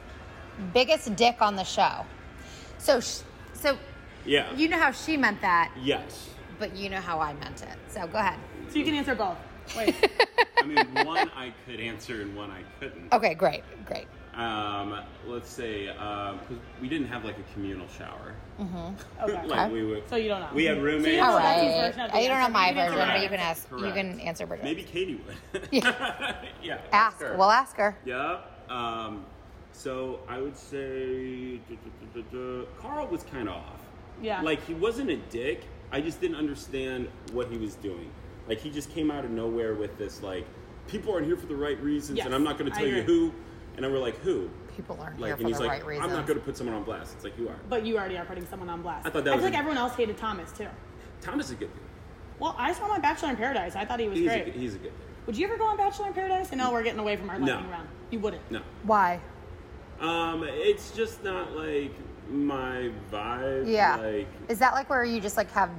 [SPEAKER 4] biggest dick on the show. So, sh- so
[SPEAKER 6] Yeah.
[SPEAKER 4] you know how she meant that,
[SPEAKER 6] yes.
[SPEAKER 4] but you know how I meant it. So go ahead.
[SPEAKER 3] So you can answer both. Wait,
[SPEAKER 6] I mean, one I could answer and one I couldn't.
[SPEAKER 4] Okay, great, great.
[SPEAKER 6] Um, let's say because we didn't have like a communal shower.
[SPEAKER 4] Mm-hmm.
[SPEAKER 3] okay.
[SPEAKER 6] Like we were.
[SPEAKER 3] So you don't know.
[SPEAKER 6] We had roommates.
[SPEAKER 3] So you don't
[SPEAKER 4] All
[SPEAKER 3] know
[SPEAKER 4] right.
[SPEAKER 3] Betsy's version of the
[SPEAKER 4] you don't know
[SPEAKER 3] answer.
[SPEAKER 4] my
[SPEAKER 3] You can answer
[SPEAKER 4] version, but
[SPEAKER 3] mine.
[SPEAKER 4] you can ask. You
[SPEAKER 6] Correct.
[SPEAKER 4] can answer Bridget.
[SPEAKER 6] Maybe Katie would.
[SPEAKER 4] Yeah.
[SPEAKER 6] yeah.
[SPEAKER 4] ask.
[SPEAKER 6] her.
[SPEAKER 4] We'll ask her.
[SPEAKER 6] Yeah. Um, so I would say duh, duh, duh, duh, duh. Carl was kind of off.
[SPEAKER 3] Yeah.
[SPEAKER 6] Like he wasn't a dick. I just didn't understand what he was doing. Like he just came out of nowhere with this like, people aren't here for the right reasons,
[SPEAKER 3] Yes,
[SPEAKER 6] and I'm not going to
[SPEAKER 3] I
[SPEAKER 6] tell you
[SPEAKER 3] agree.
[SPEAKER 6] who. And I were like, who?
[SPEAKER 4] People aren't
[SPEAKER 6] Like,
[SPEAKER 4] here
[SPEAKER 6] and
[SPEAKER 4] for the
[SPEAKER 6] he's like,
[SPEAKER 4] right reason.
[SPEAKER 6] I'm not going to put someone on blast. It's like you are.
[SPEAKER 3] But you already are putting someone on blast.
[SPEAKER 6] I thought that was
[SPEAKER 3] feel like
[SPEAKER 6] a-
[SPEAKER 3] everyone else hated Thomas too.
[SPEAKER 6] Thomas is a good dude.
[SPEAKER 3] Well, I saw him on Bachelor in Paradise. I thought he was
[SPEAKER 6] He's a
[SPEAKER 3] great.
[SPEAKER 6] good, he's a good dude.
[SPEAKER 3] Would you ever go on Bachelor in Paradise? And no, we're getting away from our
[SPEAKER 6] No.
[SPEAKER 3] lightning round. You wouldn't.
[SPEAKER 6] No.
[SPEAKER 4] Why?
[SPEAKER 6] Um, it's just not like my vibe.
[SPEAKER 4] Yeah.
[SPEAKER 6] Like,
[SPEAKER 4] Is that like where you just like have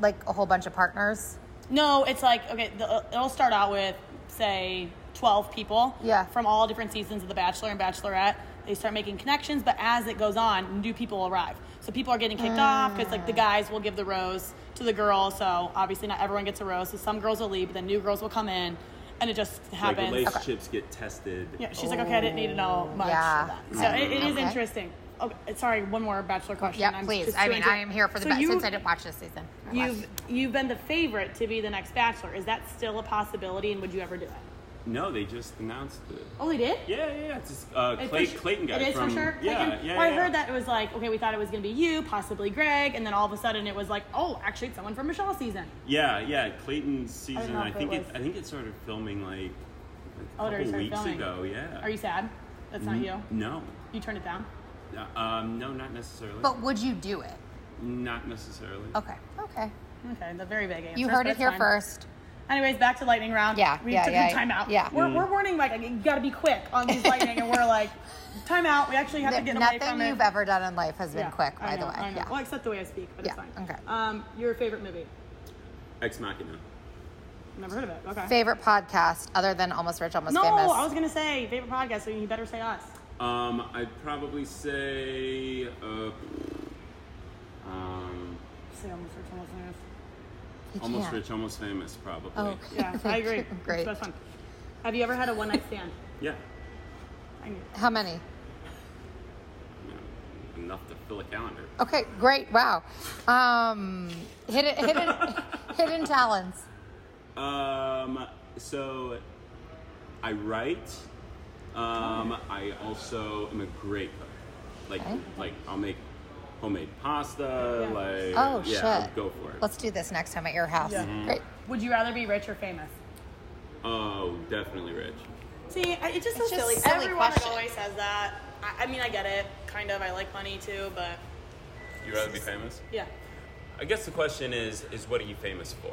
[SPEAKER 4] like a whole bunch of partners?
[SPEAKER 3] No, it's like okay, the, it'll start out with say twelve people,
[SPEAKER 4] Yeah.
[SPEAKER 3] from all different seasons of The Bachelor and Bachelorette. They start making connections, but as it goes on, new people arrive. So people are getting kicked off because
[SPEAKER 4] Ah.
[SPEAKER 3] like the guys will give the rose to the girls. So obviously not everyone gets a rose. So some girls will leave, but then new girls will come in, and it just
[SPEAKER 6] like
[SPEAKER 3] happens.
[SPEAKER 6] relationships get tested.
[SPEAKER 3] Yeah, she's like, okay, I didn't need to know much.
[SPEAKER 4] Oh. yeah. Mm.
[SPEAKER 3] So it, it is
[SPEAKER 4] Okay.
[SPEAKER 3] interesting. Okay, sorry, one more bachelor question.
[SPEAKER 4] Yeah,
[SPEAKER 3] I'm
[SPEAKER 4] please.
[SPEAKER 3] just
[SPEAKER 4] I
[SPEAKER 3] too
[SPEAKER 4] mean,
[SPEAKER 3] into
[SPEAKER 4] I
[SPEAKER 3] it.
[SPEAKER 4] am here for the
[SPEAKER 3] So
[SPEAKER 4] best
[SPEAKER 3] you-
[SPEAKER 4] since I didn't watch this season. I watched
[SPEAKER 3] You've you've been the favorite to be the next bachelor. Is that still a possibility, and would you ever do it?
[SPEAKER 6] No, they just announced it.
[SPEAKER 3] Oh, they did.
[SPEAKER 6] Yeah, yeah, yeah. It's this, uh,
[SPEAKER 3] It
[SPEAKER 6] Clay,
[SPEAKER 3] for su-
[SPEAKER 6] Clayton guy
[SPEAKER 3] It is
[SPEAKER 6] from
[SPEAKER 3] for sure.
[SPEAKER 6] yeah,
[SPEAKER 3] Clayton?
[SPEAKER 6] yeah,
[SPEAKER 3] Well, I
[SPEAKER 6] yeah.
[SPEAKER 3] heard that it was like okay, we thought it was going to be you, possibly Greg, and then all of a sudden it was like, oh, actually, it's someone from Michelle's season.
[SPEAKER 6] Yeah, yeah. Clayton's season.
[SPEAKER 3] know
[SPEAKER 6] I,
[SPEAKER 3] if it
[SPEAKER 6] think it,
[SPEAKER 3] was-
[SPEAKER 6] I think it started filming like a
[SPEAKER 3] Oh, it already
[SPEAKER 6] couple
[SPEAKER 3] started
[SPEAKER 6] weeks
[SPEAKER 3] filming.
[SPEAKER 6] ago. Yeah.
[SPEAKER 3] Are you sad? That's not you.
[SPEAKER 6] No.
[SPEAKER 3] You turned it down.
[SPEAKER 6] Uh, um, no, not necessarily.
[SPEAKER 4] But would you do it?
[SPEAKER 6] not necessarily.
[SPEAKER 4] Okay. Okay.
[SPEAKER 3] Okay, the very vague answer.
[SPEAKER 4] You heard
[SPEAKER 3] but
[SPEAKER 4] it
[SPEAKER 3] it's
[SPEAKER 4] here
[SPEAKER 3] fine.
[SPEAKER 4] first.
[SPEAKER 3] Anyways, back to lightning round.
[SPEAKER 4] Yeah,
[SPEAKER 3] we
[SPEAKER 4] yeah,
[SPEAKER 3] took
[SPEAKER 4] yeah,
[SPEAKER 3] a time out.
[SPEAKER 4] yeah.
[SPEAKER 6] Mm.
[SPEAKER 3] we're, we're warning like you got to be quick on these lightning, and we're like, time out. We actually have to get away
[SPEAKER 4] Nothing
[SPEAKER 3] from
[SPEAKER 4] you've
[SPEAKER 3] it.
[SPEAKER 4] ever done in life has been
[SPEAKER 3] Yeah,
[SPEAKER 4] quick,
[SPEAKER 3] I
[SPEAKER 4] by the
[SPEAKER 3] know,
[SPEAKER 4] way.
[SPEAKER 3] I know.
[SPEAKER 4] Yeah.
[SPEAKER 3] Well, except the way I speak, but
[SPEAKER 4] Yeah,
[SPEAKER 3] it's fine.
[SPEAKER 4] okay.
[SPEAKER 3] Um, your favorite movie?
[SPEAKER 6] Ex Machina.
[SPEAKER 3] Never heard of it. Okay.
[SPEAKER 4] Favorite podcast other than Almost Rich, Almost
[SPEAKER 3] no,
[SPEAKER 4] Famous?
[SPEAKER 3] I was gonna say favorite podcast, so you better say us.
[SPEAKER 6] Um, I'd probably say. Uh, um,
[SPEAKER 3] Say almost rich, almost famous.
[SPEAKER 4] You
[SPEAKER 6] almost
[SPEAKER 4] can't.
[SPEAKER 6] rich, almost famous, probably.
[SPEAKER 4] Oh.
[SPEAKER 3] Yeah, I agree.
[SPEAKER 4] Great.
[SPEAKER 3] It's the best one. Have you ever had a one night stand?
[SPEAKER 6] Yeah.
[SPEAKER 3] I knew.
[SPEAKER 4] How many?
[SPEAKER 6] You know, enough to fill a calendar.
[SPEAKER 4] Okay, great. Wow. Um, hidden, hidden, hidden talents.
[SPEAKER 6] Um, so I write. Um, I also am a great cook. Like,
[SPEAKER 4] Okay.
[SPEAKER 6] like I'll make homemade pasta.
[SPEAKER 3] Yeah.
[SPEAKER 6] Like,
[SPEAKER 4] Oh,
[SPEAKER 6] yeah, I'll
[SPEAKER 4] shit.
[SPEAKER 6] go for it.
[SPEAKER 4] Let's do this next time at your house.
[SPEAKER 3] Yeah.
[SPEAKER 4] Great.
[SPEAKER 3] Would you rather be rich or famous?
[SPEAKER 6] oh, definitely rich.
[SPEAKER 3] See, I- it's just
[SPEAKER 4] It's
[SPEAKER 3] so
[SPEAKER 4] just
[SPEAKER 3] silly.
[SPEAKER 4] silly
[SPEAKER 3] Everyone like,
[SPEAKER 4] question.
[SPEAKER 3] always says that. I, I mean, I get it, kind of. I like money too, but
[SPEAKER 6] You rather be famous?
[SPEAKER 3] yeah,
[SPEAKER 6] I guess the question is, is what are you famous for?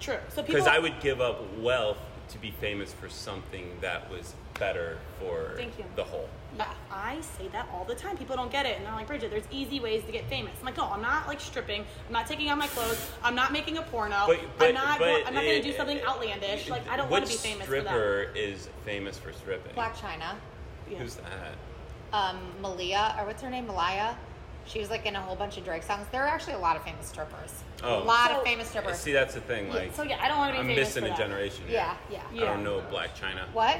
[SPEAKER 3] true. So people.
[SPEAKER 6] Because I would give up wealth to be famous for something that was better for
[SPEAKER 3] Thank you.
[SPEAKER 6] the whole.
[SPEAKER 3] Yeah, I say that all the time. People don't get it, and they're like, Bridget, there's easy ways to get famous. I'm like, no, I'm not like stripping. I'm not taking out my clothes. I'm not making a porno.
[SPEAKER 6] But, but,
[SPEAKER 3] I'm not.
[SPEAKER 6] but
[SPEAKER 3] going, I'm not going
[SPEAKER 6] it-
[SPEAKER 3] to do something outlandish. Like I don't
[SPEAKER 6] Which
[SPEAKER 3] want to be famous for that.
[SPEAKER 6] stripper is famous for stripping?
[SPEAKER 4] Black China,
[SPEAKER 3] Yeah.
[SPEAKER 6] Who's that?
[SPEAKER 4] um, Malia, or what's her name, Malaya. She was like in a whole bunch of Drake songs. There are actually a lot of famous strippers.
[SPEAKER 6] Oh.
[SPEAKER 4] a lot
[SPEAKER 3] So-
[SPEAKER 4] of famous strippers.
[SPEAKER 6] See, that's the thing. Like,
[SPEAKER 3] So yeah, I don't want to be
[SPEAKER 6] I'm
[SPEAKER 3] famous
[SPEAKER 6] missing
[SPEAKER 3] for
[SPEAKER 6] a
[SPEAKER 3] that.
[SPEAKER 6] generation. here.
[SPEAKER 4] yeah, yeah.
[SPEAKER 6] I don't know Black China.
[SPEAKER 4] What?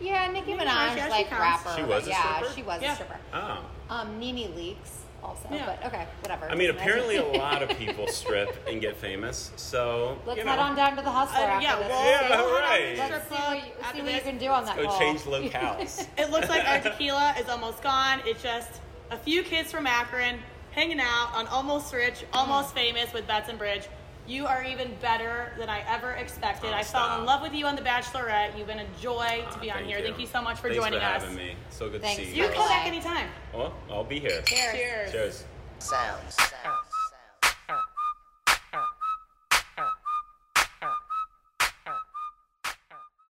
[SPEAKER 4] Yeah, Nicki
[SPEAKER 3] Minaj,
[SPEAKER 4] Minaj,
[SPEAKER 3] yeah, she
[SPEAKER 4] like
[SPEAKER 3] counts.
[SPEAKER 4] rapper.
[SPEAKER 6] She was
[SPEAKER 4] but
[SPEAKER 6] a
[SPEAKER 4] yeah,
[SPEAKER 6] stripper?
[SPEAKER 4] she was
[SPEAKER 3] Yeah.
[SPEAKER 4] a stripper.
[SPEAKER 6] Oh.
[SPEAKER 4] Um, Nene Leaks also,
[SPEAKER 3] Yeah.
[SPEAKER 4] but okay, whatever.
[SPEAKER 6] I mean, apparently a lot of people strip and get famous. So
[SPEAKER 4] Let's
[SPEAKER 6] you know,
[SPEAKER 4] head on down to the hustler
[SPEAKER 3] Uh,
[SPEAKER 4] after
[SPEAKER 3] yeah,
[SPEAKER 4] this.
[SPEAKER 3] well,
[SPEAKER 6] Yeah,
[SPEAKER 3] we'll head
[SPEAKER 6] right.
[SPEAKER 3] on the
[SPEAKER 4] Let's
[SPEAKER 3] strip
[SPEAKER 4] see,
[SPEAKER 3] club
[SPEAKER 4] what you- see
[SPEAKER 3] after
[SPEAKER 4] what you
[SPEAKER 3] this.
[SPEAKER 4] can do on that.
[SPEAKER 6] Go
[SPEAKER 4] pole.
[SPEAKER 6] change locales.
[SPEAKER 3] It looks like our tequila is almost gone. It's just a few kids from Akron hanging out on Almost Rich,
[SPEAKER 6] Mm.
[SPEAKER 3] Almost Famous with Betts and Bridge. You are even better than I ever expected.
[SPEAKER 6] Oh,
[SPEAKER 3] I
[SPEAKER 6] stop. Ah,
[SPEAKER 3] fell in love with you on The Bachelorette. You've been a joy to be on
[SPEAKER 6] Thank
[SPEAKER 3] here.
[SPEAKER 6] you.
[SPEAKER 3] Thank you so much for
[SPEAKER 6] Thanks
[SPEAKER 3] joining
[SPEAKER 6] for
[SPEAKER 3] us.
[SPEAKER 6] having me. So good
[SPEAKER 4] Thanks.
[SPEAKER 6] to see
[SPEAKER 3] You
[SPEAKER 6] you.
[SPEAKER 3] can
[SPEAKER 4] You're
[SPEAKER 3] come
[SPEAKER 6] guys.
[SPEAKER 3] back anytime.
[SPEAKER 6] Well, I'll be here.
[SPEAKER 4] Cheers.
[SPEAKER 3] Cheers.
[SPEAKER 6] Cheers.
[SPEAKER 1] sound, sound.